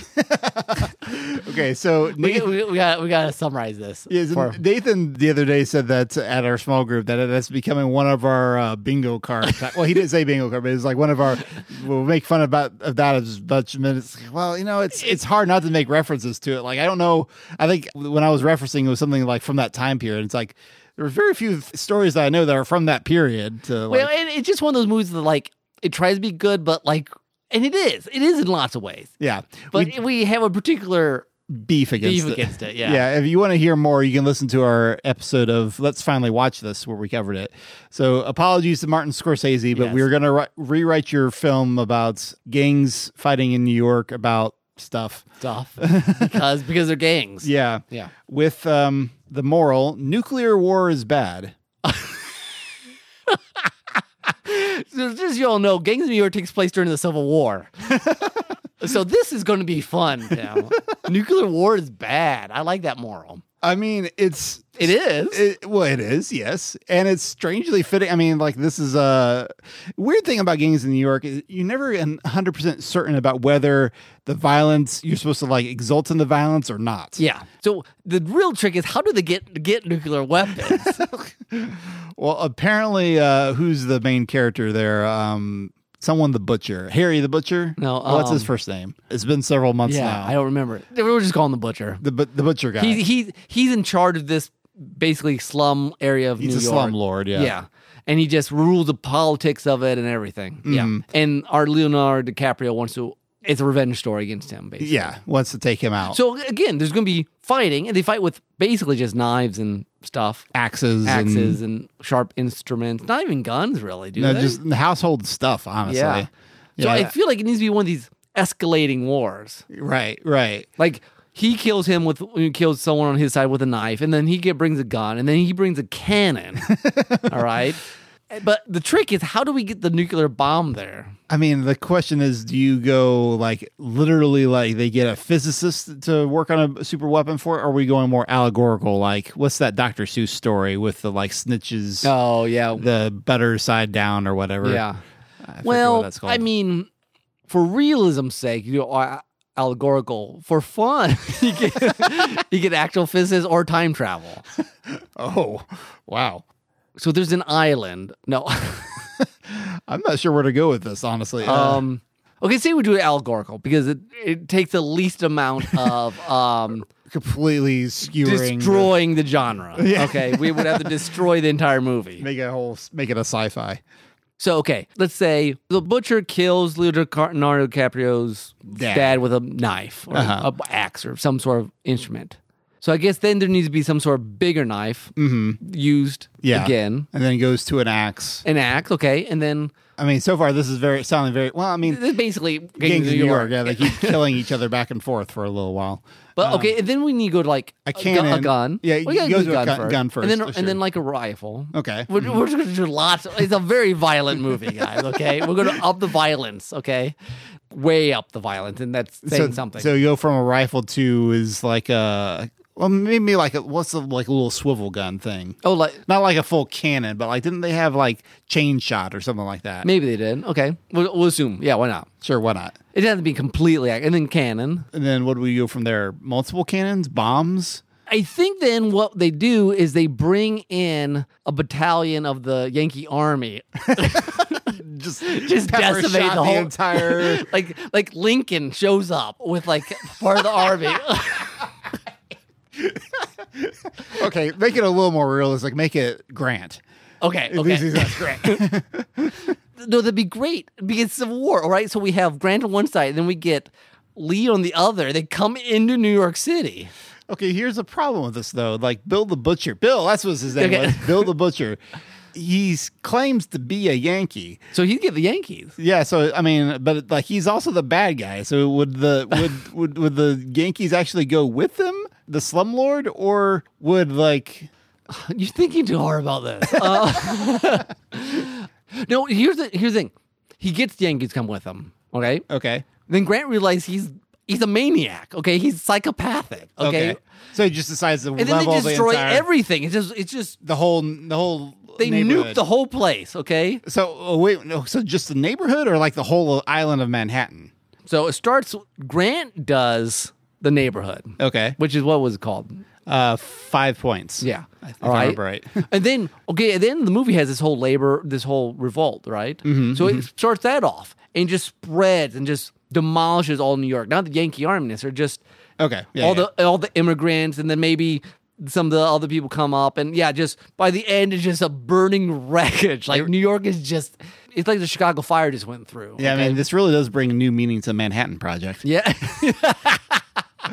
Okay. So We, Nathan, we, we got we got to summarize this. yes, for- Nathan the other day said that at our small group that that's becoming one of our uh, bingo card. ti- well, he didn't say bingo card, but it's like one of our. We'll make fun about of that as much minutes. Well, you know, it's it's hard not to make references to it. Like I don't know. I think when I was referencing, it was something like from that time period. It's like. There are very few th- stories that I know that are from that period. To like, well, and it's just one of those movies that like it tries to be good, but like, and it is. It is in lots of ways. yeah, But We- we, have a particular beef against beef it. against it. Yeah. Yeah. if you want to hear more, you can listen to our episode of Let's Finally Watch This, where we covered it. So, apologies to Martin Scorsese, but Yes. we were going to ri- rewrite your film about gangs fighting in New York about stuff. Stuff because because they're gangs. Yeah. Yeah. With um, the moral nuclear war is bad. So just you all know, Gangs of New York takes place during the Civil War. so this is going to be fun. Tim. Nuclear war is bad. I like that moral. I mean, it's It is. It, well, it is, yes, and it's strangely fitting. I mean, like this is a weird thing about gangs in New York is you're never hundred percent certain about whether the violence you're supposed to like exult in the violence or not. Yeah. So the real trick is how do they get get nuclear weapons? Well, apparently, uh, who's the main character there? Um, someone the butcher, Harry the butcher. No, what's his um, first name? It's been several months yeah, now. I don't remember. it. We were just calling the butcher. the but the butcher guy. He's he's he's in charge of this basically slum area of He's New a York. slum lord. Yeah. Yeah. And he just rules the politics of it and everything. Mm-hmm. Yeah. And our Leonardo DiCaprio wants to. It's a revenge story against him, basically. Yeah, wants to take him out. So again, there's going to be fighting, and they fight with basically just knives and stuff, axes, and, axes and sharp instruments. Not even guns, really, do no, they? just household stuff. Honestly, Yeah. So I Yeah. feel like it needs to be one of these escalating wars. Right, right. Like he kills him with he kills someone on his side with a knife, and then he get, brings a gun, and then he brings a cannon. all right. But the trick is, how do we get the nuclear bomb there? I mean, the question is, do you go like literally like they get a physicist to work on a super weapon for it? Or are we going more allegorical? Like, what's that Dr. Seuss story with the like snitches, Oh yeah, the butter side down or whatever? yeah. I forget what Well, that's called. I mean, for realism's sake, you are allegorical. For fun, you get, you get actual physics or time travel. oh, wow. So there's an island. No. I'm not sure where to go with this, honestly. Uh, Um, okay, say we do it allegorical because it, it takes the least amount of um, completely skewering, the- destroying the genre. Okay, we would have to destroy the entire movie. make it a whole, make it a sci fi So, okay, let's say the butcher kills Leonardo DiCaprio's Dad. dad, with a knife or Uh-huh. an axe or some sort of instrument. So, I guess then there needs to be some sort of bigger knife used Mm-hmm. Yeah. again. and then goes to an axe. An axe, okay, and then I mean, so far, this is very sounding very well. I mean, this is basically Gangs, gangs of New York. Yeah, they keep killing each other back and forth for a little while. But okay, and then we need to go to like a gu- a cannon. gun. Yeah, we you gotta go do to a gun- gun first, and then for and sure. then like a rifle. Okay. we're, we're just gonna do lots. Of, it's a very violent movie, guys. Okay, we're gonna up the violence. Okay, way up the violence, and that's saying so, something. So you go from a rifle to is like a Well, maybe like a, what's the like a little swivel gun thing? Oh, like Not like a full cannon, but like didn't they have like chain shot or something like that? maybe they did. Okay, we'll, we'll assume. Yeah, why not? Sure, why not? It doesn't have to be completely. ac- And then cannon. And then what do we go from there? Multiple cannons, bombs. I think then what they do is they bring in a battalion of the Yankee Army, Just just pepper decimate shot the whole entire. like like Lincoln shows up with like part of the army. okay, make it a little more realistic. Make it Grant. okay, At okay. least he's not Grant. No, that'd be great. Because Civil War, all right? So we have Grant on one side, then we get Lee on the other. They come into New York City. okay, here's the problem with this though. Like Bill the Butcher. Bill, that's what his name Okay. was. Bill the Butcher. He claims to be a Yankee. So he'd get the Yankees. Yeah, so I mean, but like he's also the bad guy. So would the would would, would the Yankees actually go with them, the slumlord, or would like You're thinking too hard about this. Uh, no, here's the here's the thing. He gets the Yankees to come with him. Okay. okay, Then Grant realizes he's he's a maniac. Okay, he's psychopathic. Okay. So he just decides to And then level they destroy the entire, everything. It's just it's just the whole the whole they nuke neighborhood. the whole place. Okay. So oh, wait, no, so just the neighborhood or like the whole island of Manhattan? So it starts. Grant does the neighborhood. Okay, Which is what was it called? uh, five points. Yeah. if All I right. remember right. and then okay, and then the movie has this whole labor, this whole revolt, right? Mm-hmm, so it starts that off and just spreads and just demolishes all New York. Not the Yankee Army necessarily, just Okay, Oh, yeah, all the all the immigrants, and then maybe some of the other people come up, and yeah, just by the end, it's just a burning wreckage. Like New York is just, it's like the Chicago fire just went through. yeah. I okay? mean, this really does bring new meaning to Manhattan Project. Yeah.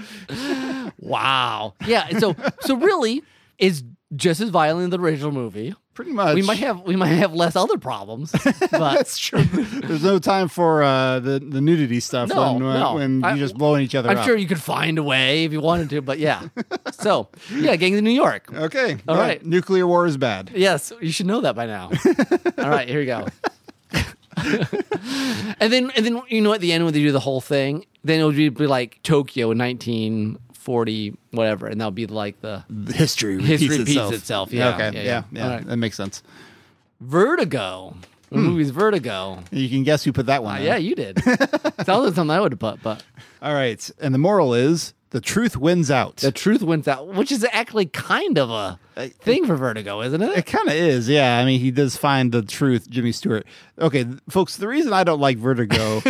wow. Yeah. So so really, it's just as violent as the original movie. Pretty much. We might have we might have less other problems, but That's true. There's no time for uh, the the nudity stuff No, when when, no. when I- you're just blowing each other. I'm up. sure you could find a way if you wanted to. But yeah. So yeah, Gangs of New York. Okay. All All right. right. Nuclear war is bad. Yes, you should know that by now. All right, here we go. and then and then you know at the end when they do the whole thing, then it'll be like Tokyo in 1940 whatever, and that'll be like the History repeats History repeats itself. itself, yeah, Okay. yeah, Yeah. yeah. Yeah. All right. That makes sense. Vertigo. The Hmm. movie's Vertigo. You can guess who put that one. in. Uh, Yeah, you did. Sounds like something I would have put, but All right. And the moral is the truth wins out. the truth wins out, which is actually kind of a thing for Vertigo, isn't It it? kind of is, yeah. I mean, he does find the truth, Jimmy Stewart. Okay, th- folks, the reason I don't like Vertigo,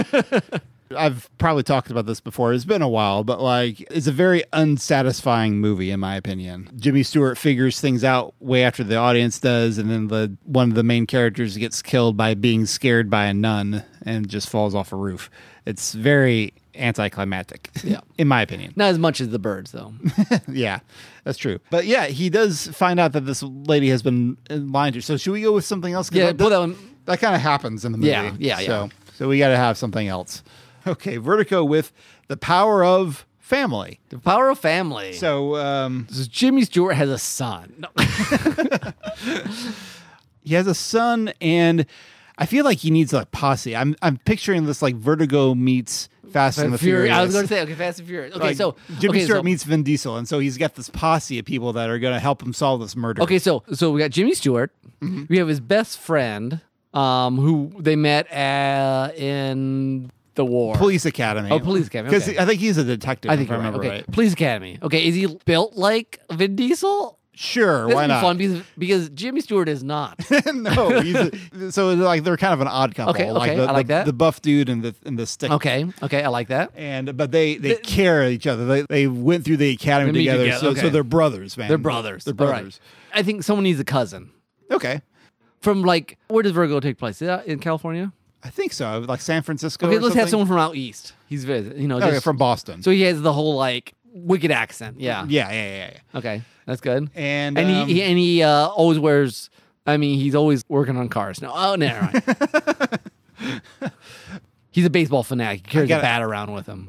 I've probably talked about this before. It's been a while, but like, it's a very unsatisfying movie, in my opinion. Jimmy Stewart figures things out way after the audience does, and then the one of the main characters gets killed by being scared by a nun and just falls off a roof. It's very anticlimactic, Yeah. in my opinion. Not as much as the birds, though. Yeah, that's true. But yeah, he does find out that this lady has been lying to. So should we go with something else? 'Cause Yeah, that, pull that one. kind of happens in the movie. Yeah, yeah, yeah. So, so we got to have something else. Okay, Vertigo with the power of family. The power of family. So So um, Jimmy Stewart has a son. No. he has a son, and I feel like he needs a posse. I'm I'm picturing this like Vertigo meets Fast and the Furious. I was going to say, okay, Fast and Furious. Okay, Like, so Jimmy okay, Stewart so, meets Vin Diesel, and so he's got this posse of people that are going to help him solve this murder. Okay, so so we got Jimmy Stewart. Mm-hmm. We have his best friend, um, who they met uh, in the war. Police Academy. Oh, Police Academy, Because okay. I think he's a detective. I think if I you're right. remember Okay, right. Police Academy. Okay, is he built like Vin Diesel? Sure, This why would be not? Fun because, because Jimmy Stewart is not. no, he's a, so like they're kind of an odd couple. Okay, okay, like the, I like the- that. The buff dude and the and the stick. okay, okay, I like that. And but they they care each other. They they went through the academy They meet together, together, so okay. so they're brothers, man. They're brothers. They're All right. brothers. I think someone needs a cousin Okay, from like where does Virgo take place? Is that in California? I think so. Like San Francisco. Okay, or let's have something? someone from out east. He's visit, you know, Okay, just- from Boston. so he has the whole like wicked accent. Yeah. yeah, yeah, yeah, yeah. Okay, that's good. and And, um, he, he and he uh, always wears. I mean, he's always working on cars. No, oh, no, never mind. He's a baseball fanatic. He carries gotta- a bat around with him.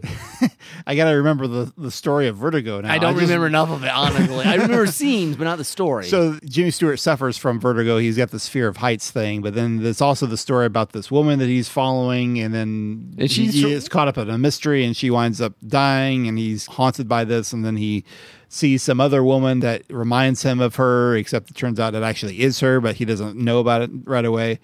I got to remember the, the story of Vertigo now. I don't just- remember enough of it, honestly. I remember scenes, but not the story. So Jimmy Stewart suffers from vertigo. He's got this fear of heights thing, but then there's also the story about this woman that he's following, and then And he, she's he from- is caught up in a mystery, and she winds up dying, and he's haunted by this, and then he sees some other woman that reminds him of her, except it turns out it actually is her, but he doesn't know about it right away.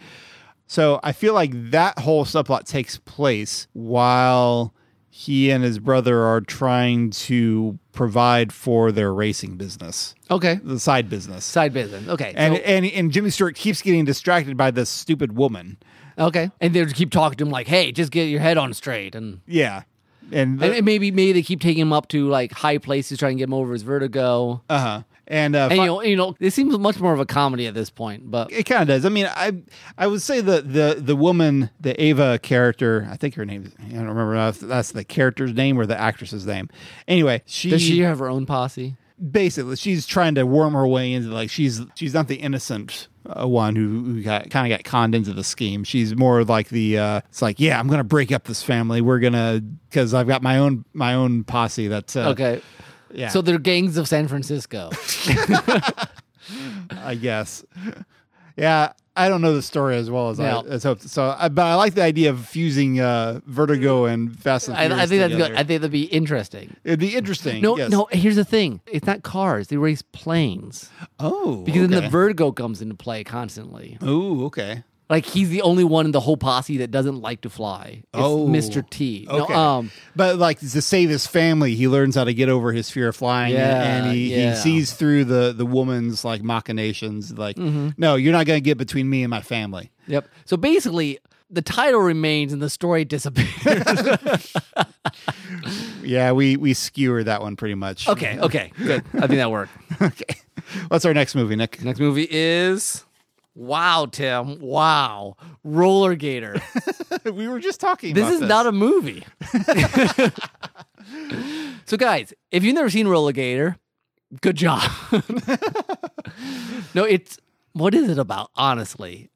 So I feel like that whole subplot takes place while he and his brother are trying to provide for their racing business, okay, the side business. side business. Okay, And, so- and and Jimmy Stewart keeps getting distracted by this stupid woman. okay, and they just keep talking to him like, "Hey, just get your head on straight," and Yeah, and and, and maybe maybe they keep taking him up to like high places, trying to get him over his vertigo. uh huh, and, uh, And fi- you know, you know, it seems much more of a comedy at this point, but it kind of does. I mean, I I would say the the the woman, the Ava character. I think her name. is- I don't remember if that's the character's name or the actress's name. Anyway, she, does she have her own posse? basically she's trying to worm her way into like she's she's not the innocent uh, one who, who got kind of got conned into the scheme she's more like the uh it's like yeah i'm gonna break up this family we're gonna because i've got my own my own posse that's uh, Oh, Okay, yeah so they're gangs of San Francisco. i guess yeah i don't know the story as well as No. i as hoped so I, but i like the idea of fusing uh vertigo and fast and I, I Furious think that's good. together. I think that'd be interesting. it'd be interesting No, yes. no. Here's the thing: it's not cars; they race planes oh because then okay. the vertigo comes into play constantly. Ooh, okay Like he's the only one in the whole posse that doesn't like to fly. It's Oh. Mr. T. No, Okay. um, but like to save his family, he learns how to get over his fear of flying, Yeah, and, and he, yeah. he sees through the the woman's like machinations. Like, Mm-hmm. no, you're not going to get between me and my family. yep. So basically, the title remains and the story disappears. Yeah, we we skewer that one pretty much. okay. Okay. Good. I think that worked. okay. What's our next movie, Nick? Next movie is. Wow, Tim. Wow. Roller Gator. we were just talking. This about is not a movie. so, guys, if you've never seen Roller Gator, good job. no, it's what is it about? Honestly,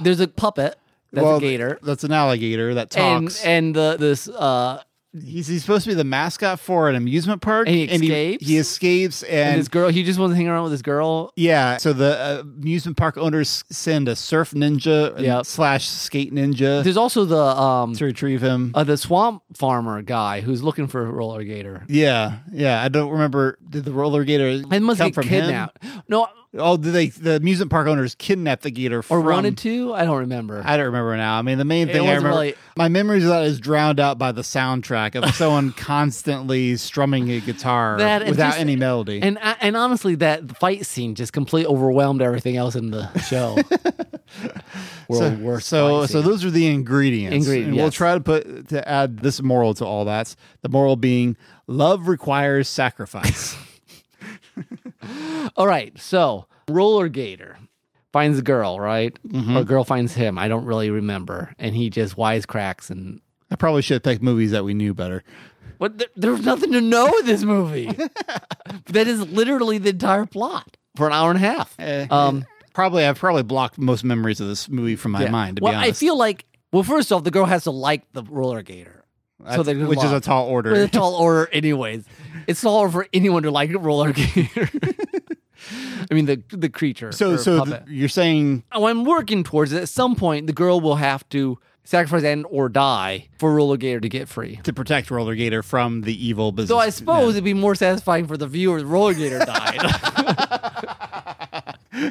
there's a puppet that's Um, well, a gator, That's an alligator that and talks. and the this uh, he's, he's supposed to be the mascot for an amusement park, And he escapes? he, escapes, and, and this girl. He just wants to hang around with this girl. Yeah, so the uh, amusement park owners send a surf ninja Yep. slash skate ninja There's also the um to retrieve him. uh, the swamp farmer guy who's looking for Roller Gator. Yeah, yeah. I don't remember. Did the roller gator And must come get from kidnapped. No, him? Oh, did they? The amusement park owners kidnapped the gator or from, wanted to? I don't remember. I don't remember now. I mean, the main It thing I wasn't remember, really- my memories of that is drowned out by the soundtrack of someone constantly strumming a guitar That and without just- any melody. And uh, and honestly, that fight scene just completely overwhelmed everything else in the show. World so, worst. so, fight so scene. those are the ingredients. Ingredient, and we'll yes. try to put to add this moral to all that. The moral being love requires sacrifice. All right. So roller gator finds a girl, right? Mm-hmm. Or a girl finds him. I don't really remember. And he just wisecracks and. I probably should have picked movies that we knew better. But th- there's nothing to know in this movie. that is literally the entire plot for an hour and a half. Uh-huh. Um, Probably, I've probably blocked most memories of this movie from my yeah. mind. To well, be honest, I feel like well, first off, the girl has to like the roller gator. So they which is a tall order. It's a tall order, anyways. It's tall order for anyone to like roller gator. I mean the the creature. so, or so th- puppet. you're saying oh, I'm working towards it. At some point, the girl will have to sacrifice and or die for roller gator to get free. to protect Roller Gator from the evil business? So I suppose it'd be more satisfying for the viewer if roller gator died.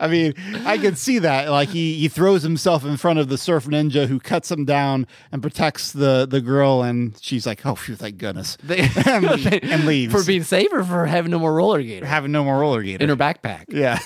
I mean, I can see that. Like he, he throws himself in front of the surf ninja who cuts him down and protects the the girl, and she's like, "Oh, phew, thank goodness," They- and, and leaves for being safer for having no more roller gator having no more Roller Gator. in her backpack. yeah.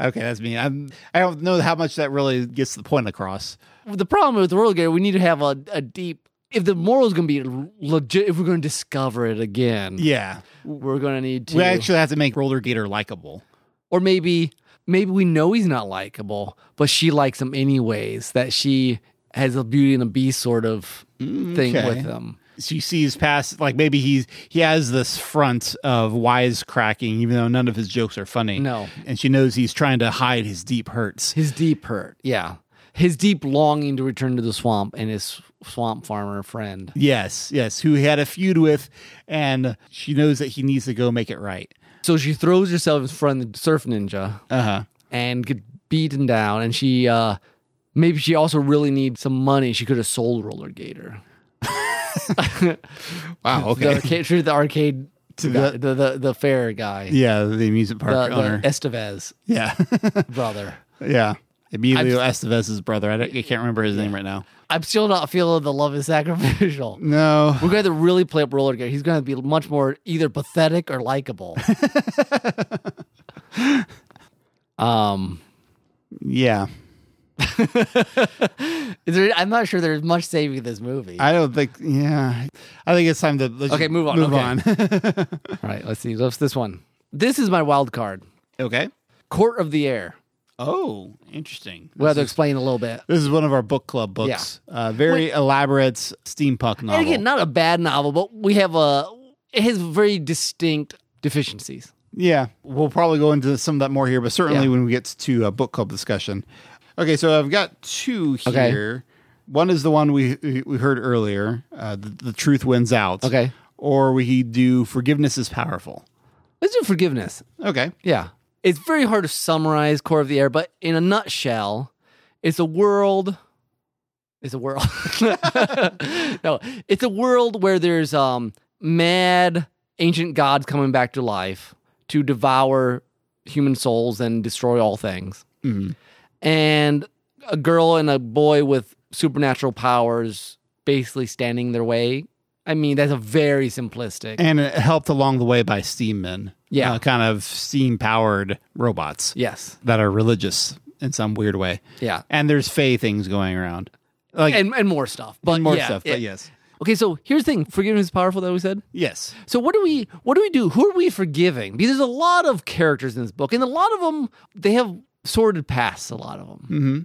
Okay, that's me. I'm, I don't know how much that really gets the point across. the problem with roller gator, we need to have a, a deep. If the moral is going to be legit, if we're going to discover it again, Yeah. we're going to need to. We actually have to make Roller Gator likable. or maybe maybe we know he's not likable, but she likes him anyways. That she has a Beauty and the Beast sort of thing Mm, okay. with him. she sees past like maybe he's he has this front of wisecracking even though none of his jokes are funny No. and she knows he's trying to hide his deep hurts His deep hurt, yeah. his deep longing to return to the swamp and his swamp farmer friend. Yes, yes, who he had a feud with, and she knows that he needs to go make it right. So she throws herself in front of the surf ninja Uh huh. and get beaten down. And she, uh, maybe she also really needs some money. She could have sold Roller Gator. Wow. The arcade, treated the arcade, To guy- the- the, the, the fair guy, yeah, the amusement park the, the owner. Estevez yeah, brother. yeah. Emilio Estevez's brother. I, don't- I can't remember his name right now. I'm still not feeling the love is sacrificial. No. We're going to really play up roller gator. He's going to be much more either pathetic or likable. um, Yeah. is there? I'm not sure there's much saving this movie. I don't think. Yeah. I think it's time to let's Okay, just move on, Move okay. on. All right, let's see. What's this one? This is my wild card. okay. Court of the Air. Oh, interesting. We'll have to this, is, explain a little bit. this is one of our book club books. Uh, very elaborate steampunk novel. And again, not a bad novel, but we have a it has very distinct deficiencies. Yeah, we'll probably go into some of that more here, but certainly Yeah. when we get to a book club discussion. Okay, so I've got two Okay. here. One is the one we we heard earlier, uh, the, the truth wins out. Okay. or we do forgiveness is powerful. Let's do forgiveness. Okay, Yeah. It's very hard to summarize Core of the Air, but in a nutshell, it's a world. It's a world. no, it's a world where there's um, mad ancient gods coming back to life to devour human souls and destroy all things. Mm-hmm. And a girl and a boy with supernatural powers basically standing their way. I mean, that's a very simplistic. and it helped along the way by steam men. Yeah. uh, kind of steam powered robots yes. that are religious in some weird way. Yeah. and there's fey things going around, like And, and more stuff. But more yeah, stuff. yeah. But yes, Okay, so here's the thing: forgiveness is powerful. That we said. yes. So what do we what do we do? Who are we forgiving? Because there's a lot of characters in this book, and a lot of them they have sordid pasts. A lot of them. Mm-hmm.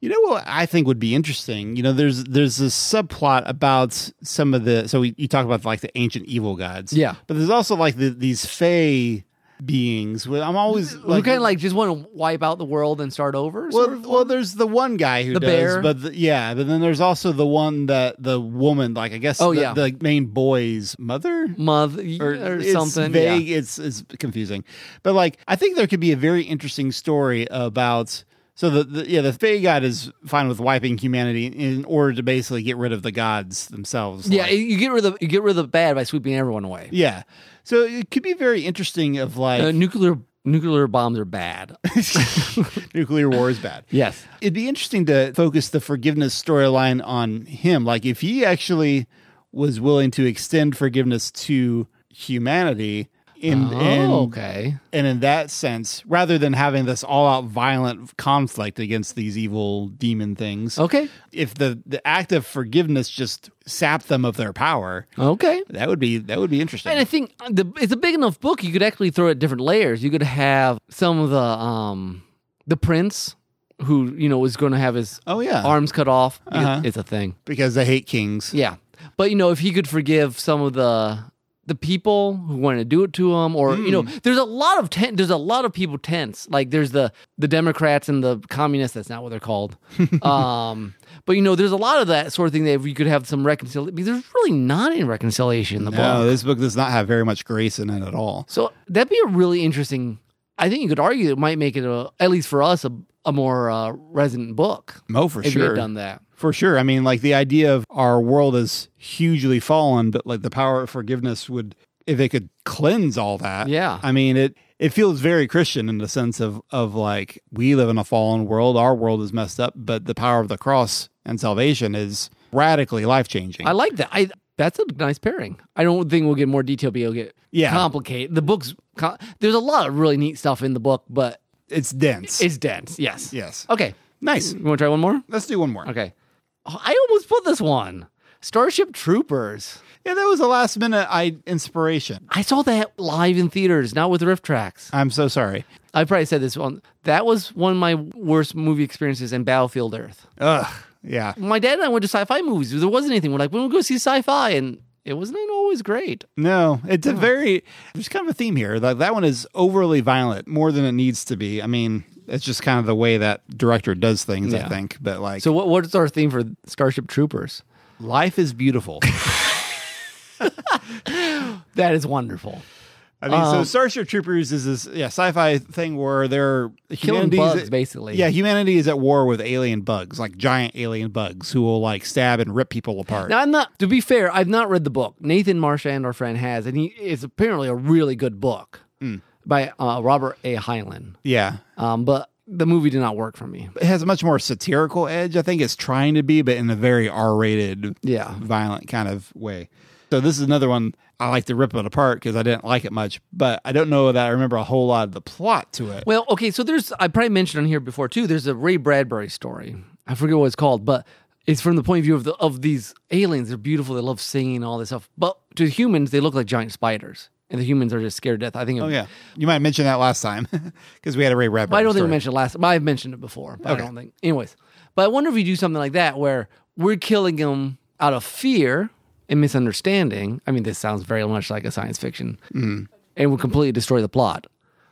You know what I think would be interesting. You know, there's there's this subplot about some of the. So we, you talk about like the ancient evil gods, Yeah. But there's also like the, these fey beings. Well, I'm always we like, kind of like just want to wipe out the world and start over. Mm, sort well, of? well, there's the one guy who The does, bear. but the, yeah, but then there's also the one that the woman, like I guess, Oh, the, yeah. the main boy's mother. Mother or, something. It's vague. Yeah. It's it's confusing, but like I think there could be a very interesting story about. So the, the yeah the Fey God is fine with wiping humanity in order to basically get rid of the gods themselves. Yeah, Like, you get rid of the, you get rid of the bad by sweeping everyone away. yeah. So it could be very interesting. Of like Uh, nuclear nuclear bombs are bad. nuclear war is bad. yes. It'd be interesting to focus the forgiveness storyline on him. Like if he actually was willing to extend forgiveness to humanity in, in Oh, okay. and in that sense, rather than having this all-out violent conflict against these evil demon things, Okay. if the the act of forgiveness just sapped them of their power, Okay. that would be that would be interesting. And I think uh, the, it's a big enough book. You could actually throw at different layers. You could have some of the um the prince who you know was going to have his oh yeah, arms cut off. You- Uh-huh. It's a thing. because they hate kings. Yeah, but you know if he could forgive some of the the people who wanted to do it to him, or you know, Mm. there's a lot of ten, there's a lot of people tense. Like there's the the Democrats and the communists. That's not what they're called. um, but you know, there's a lot of that sort of thing that you could have some reconciliation. Because there's really not any reconciliation in the book. No, this book does not have very much grace in it at all. So that'd be a really interesting. I think you could argue it might make it a, at least for us, a, a more uh, resonant book. Oh, for if you sure. had done that. For sure. I mean, like the idea of our world is hugely fallen, but like the power of forgiveness would, if it could cleanse all that. Yeah. I mean, it, it feels very Christian in the sense of, of like, we live in a fallen world. Our world is messed up, but the power of the cross and salvation is radically life changing. I like that. I that's a nice pairing. I don't think we'll get more detail, but it'll get Yeah. complicated. The book's com- there's a lot of really neat stuff in the book, but It's dense. it's dense. Yes. yes. Okay. Nice. You want to try one more? Let's do one more. Okay. Oh, I almost put this one. Starship Troopers. Yeah, that was a last minute I inspiration. I saw that live in theaters, not with riff tracks. I'm so sorry. I probably said this one. That was one of my worst movie experiences in Battlefield Earth. Ugh. Yeah. My dad and I went to sci-fi movies. There wasn't anything. We're like, we will go see sci-fi, and it wasn't always great. No, it's a very there's kind of a theme here. Like that one is overly violent more than it needs to be. I mean, It's just kind of the way that director does things, Yeah. I think. But like, So what what's our theme for Starship Troopers? life is beautiful. That is wonderful. I mean, Um, so Starship Troopers is this yeah sci-fi thing where they're Killing humanity's- bugs, basically. Yeah, humanity is at war with alien bugs, like giant alien bugs who will like stab and rip people apart. Now I'm not to be fair, I've not read the book. Nathan Marshand, our friend, has, and he it's apparently a really good book by uh, Robert A. Heinlein. yeah, Um, but the movie did not work for me. it has a much more satirical edge. I think it's trying to be, but in a very R-rated, Yeah. violent kind of way. So this is another one I like to rip it apart because I didn't like it much, but I don't know that I remember a whole lot of the plot to it. Well, okay, so there's I probably mentioned on here before too. There's a Ray Bradbury story. I forget what it's called, but it's from the point of view of the of these aliens. They're beautiful. They love singing, all this stuff. But to humans, they look like giant spiders, and the humans are just scared to death. I think. oh yeah, you might mention that last time because we had a Ray Bradbury. I don't think we story. mentioned it last. But I've mentioned it before. But I don't think. Anyways, but I wonder if you do something like that where we're killing them out of fear and misunderstanding. I mean, this sounds very much like a science fiction, and would completely destroy the plot.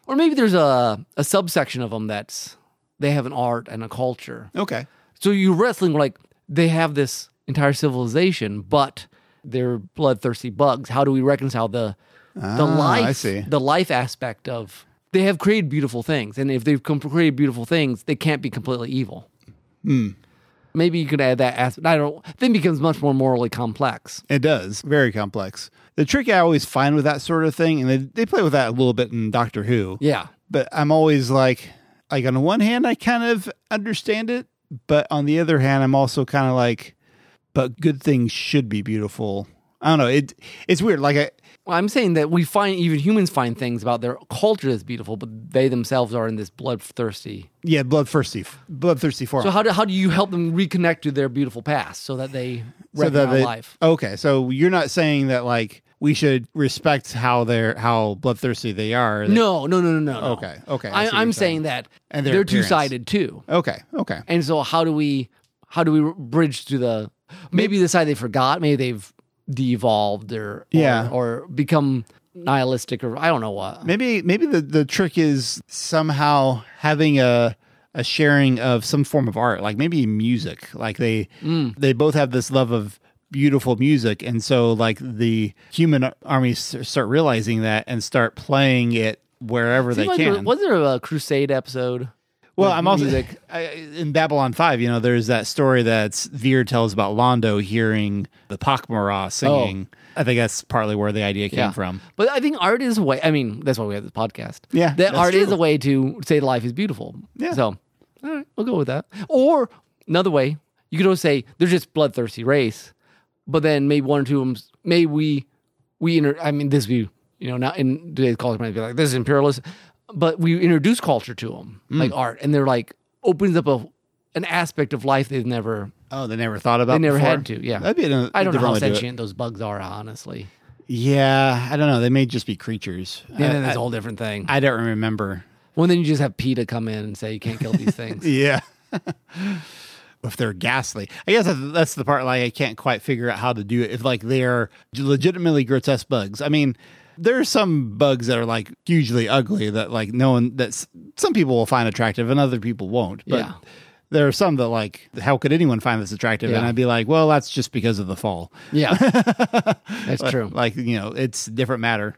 Or maybe there's a a subsection of them that's they have an art and a culture. Okay. So you're wrestling like they have this entire civilization, but they're bloodthirsty bugs. How do we reconcile the the life Ah, I see. the life aspect of they have created beautiful things, and if they've com- created beautiful things, they can't be completely evil. Hmm. Maybe you could add that aspect. I don't. Then it becomes much more morally complex. It does. Very complex. The trick I always find with that sort of thing, and they, they play with that a little bit in Doctor Who. Yeah. But I'm always like, like on the one hand, I kind of understand it, but on the other hand, I'm also kind of like, but good things should be beautiful. I don't know. It it's weird. Like I Well, I'm saying that we find even humans find things about their culture that's beautiful, but they themselves are in this bloodthirsty. yeah, bloodthirsty, bloodthirsty form. So how do how do you help them reconnect to their beautiful past so that they So that recognize they- life? Okay, so you're not saying that like we should respect how they're how bloodthirsty they are. No, no, no, no, no. no. Okay, okay, I see I, what I'm you're saying saying. that And they're their two appearance. sided too. Okay. Okay. And so how do we how do we bridge to the maybe the side they forgot, maybe they've de-evolved or, or Yeah. or become nihilistic or I don't know what. Maybe maybe the, the trick is somehow having a a sharing of some form of art, like maybe music. Like they Mm. they both have this love of beautiful music, and so like the human armies s- start realizing that and start playing it wherever they Seemed like there- can. was there a crusade episode? well, with I'm also music? I, in Babylon Five. You know, there's that story that Veer tells about Londo hearing the Pakmara singing. Oh. I think that's partly where the idea came from. But I think art is a way I mean, that's why we have this podcast. Yeah, That that's art is true. a way to say life is beautiful. Yeah. So all right, we'll go with that. Or another way, you could always say they're just bloodthirsty race, but then maybe one or two of them maybe we we inter- I mean this view, you know, not in today's culture might be like this is imperialist, but we introduce culture to them, Mm. like art, and they're like opens up a an aspect of life they've never Oh, they never thought about. they never before? had to. Yeah. that'd be. An, I don't know how different way to do it. sentient those bugs are, honestly. Yeah, I don't know. They may just be creatures. And I, then there's a whole different thing. I don't remember. Well, then you just have PETA come in and say you can't kill these things. Yeah. if they're ghastly. I guess that's- that's the part like I can't quite figure out how to do it. If like they're legitimately grotesque bugs. I mean, there are some bugs that are like hugely ugly that like no one that's some people will find attractive and other people won't. But Yeah. there are some that like how could anyone find this attractive? And Yeah. I'd be like, well, that's just because of the fall. Yeah, that's true. Like, you know, it's a different matter.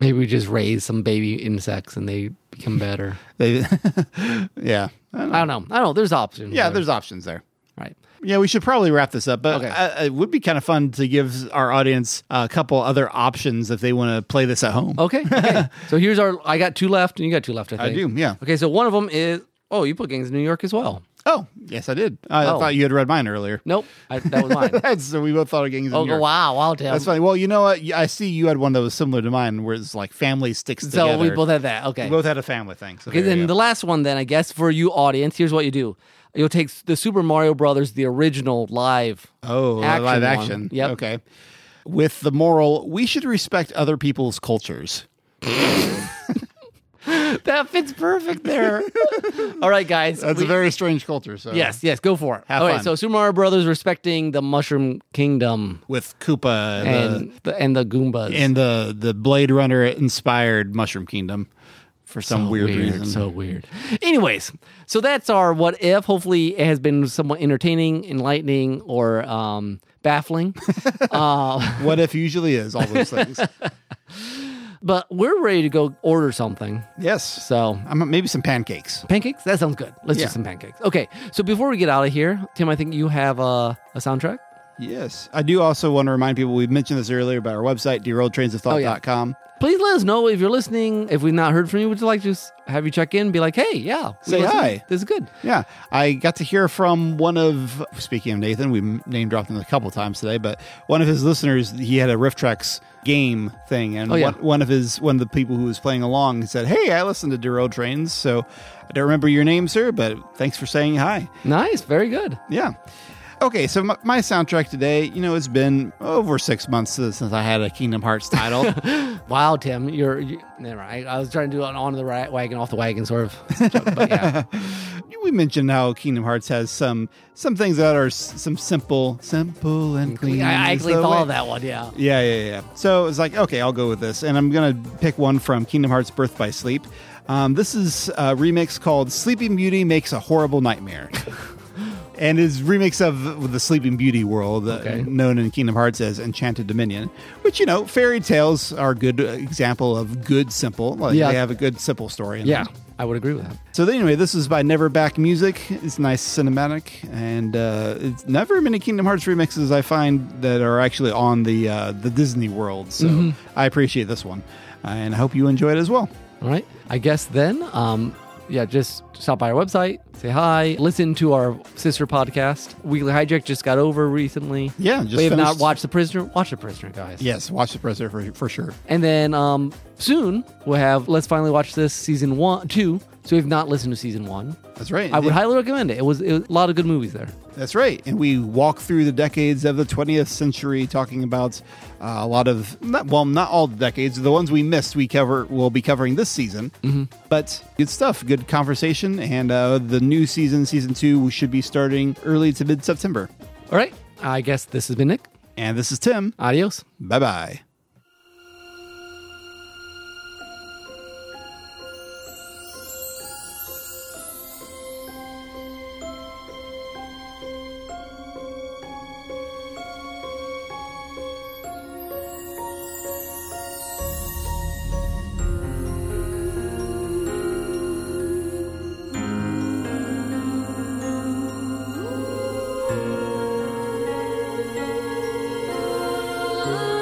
Maybe we just raise some baby insects and they become better. They, yeah. I don't know. I don't know. I don't know. There's options. Yeah, there. there's options there. right. Yeah, we should probably wrap this up, but Okay. uh, it would be kind of fun to give our audience a couple other options if they want to play this at home. Okay. okay. so here's our. I got two left, and you got two left. I I think. do, yeah. Okay. So one of them is. Oh, you put gangs in New York as well. Oh, yes, I did. I Oh. thought you had read mine earlier. Nope. I, that was mine. That's, so we both thought of gangs. in oh New York. wow! Wow, damn. That's funny. Well, you know what? I see you had one that was similar to mine, where it's like family sticks So together. we both had that. Okay. We both had a family thing. So Okay, there you then the go. last one, then I guess for you audience, here's what you do: you'll take the Super Mario Brothers, the original live. Oh, action live one. action. Yep. Okay. With the moral, we should respect other people's cultures. That fits perfect there. All right, guys. That's we- a very strange culture. So Yes, yes, go for it. Have All right, fun. so Super Mario Brothers respecting the Mushroom Kingdom with Koopa and, the- and the, and the Goombas. and the the Blade Runner inspired Mushroom Kingdom. for some weird, reason. So weird. Anyways, so that's our what if. Hopefully, it has been somewhat entertaining, enlightening, or um, baffling. what if usually is all those things? but we're ready to go order something. yes. So Um, maybe some pancakes. pancakes. That sounds good. Let's Yeah. do some pancakes. Okay. So before we get out of here, Tim, I think you have a, a soundtrack. Yes. I do also want to remind people we mentioned this earlier about our website, derailedtrainsofthought.com. Please let us know if you're listening. If we've not heard from you, would you like to s- have you check in? Be like, hey, yeah, we Say listened. hi. This is good. Yeah, I got to hear from one of speaking of Nathan, we name dropped him a couple times today, but one of his listeners, he had a Rift Tracks game thing, and Oh, yeah. one, one of his one of the people who was playing along said, "Hey, I listen to Derail Trains, so I don't remember your name, sir, but thanks for saying hi." Nice. Very good. Yeah. Okay, so my, my soundtrack today, you know, it's been over six months since I had a Kingdom Hearts title. Wow, Tim, you're. You, never mind. I was trying to do an on the right wagon, off the wagon sort of. joke, but yeah. we mentioned how Kingdom Hearts has some some things that are s- some simple, simple and clean. I, I is actually the thought way- of that one. Yeah. Yeah, yeah, yeah. So it's like, okay, I'll go with this. And I'm going to pick one from Kingdom Hearts Birth by Sleep. Um, this is a remix called Sleeping Beauty Makes a Horrible Nightmare. and is remix of the Sleeping Beauty world, uh, Okay. known in Kingdom Hearts as Enchanted Dominion, which, you know, fairy tales are a good example of good simple. Like, Yeah. They have a good simple story. in Yeah. them. I would agree with that. So anyway, this is by Never Back Music. It's nice cinematic, and uh, it's never many Kingdom Hearts remixes I find that are actually on the uh, the Disney World. So I appreciate this one, uh, and I hope you enjoy it as well. All right. I guess then, um, yeah, just stop by our website, say hi, listen to our sister podcast. Weekly Hijack just got over recently. Yeah, just we have not finished. watched The Prisoner. Watch The Prisoner, guys. Yes, watch the presser for, for sure. And then um, soon we'll have Let's Finally Watch This season one, two. So we've not listened to season one. That's right. I would highly recommend it. It was, it was a lot of good movies there. That's right. And we walk through the decades of the 20th century, talking about uh, a lot of not, well, not all the decades. The ones we missed, we cover. We'll be covering this season. But good stuff, good conversation, and uh, the new season, season two, should be starting early to mid September. All right. I guess this has been Nick. And this is Tim. Adios. Bye bye. Oh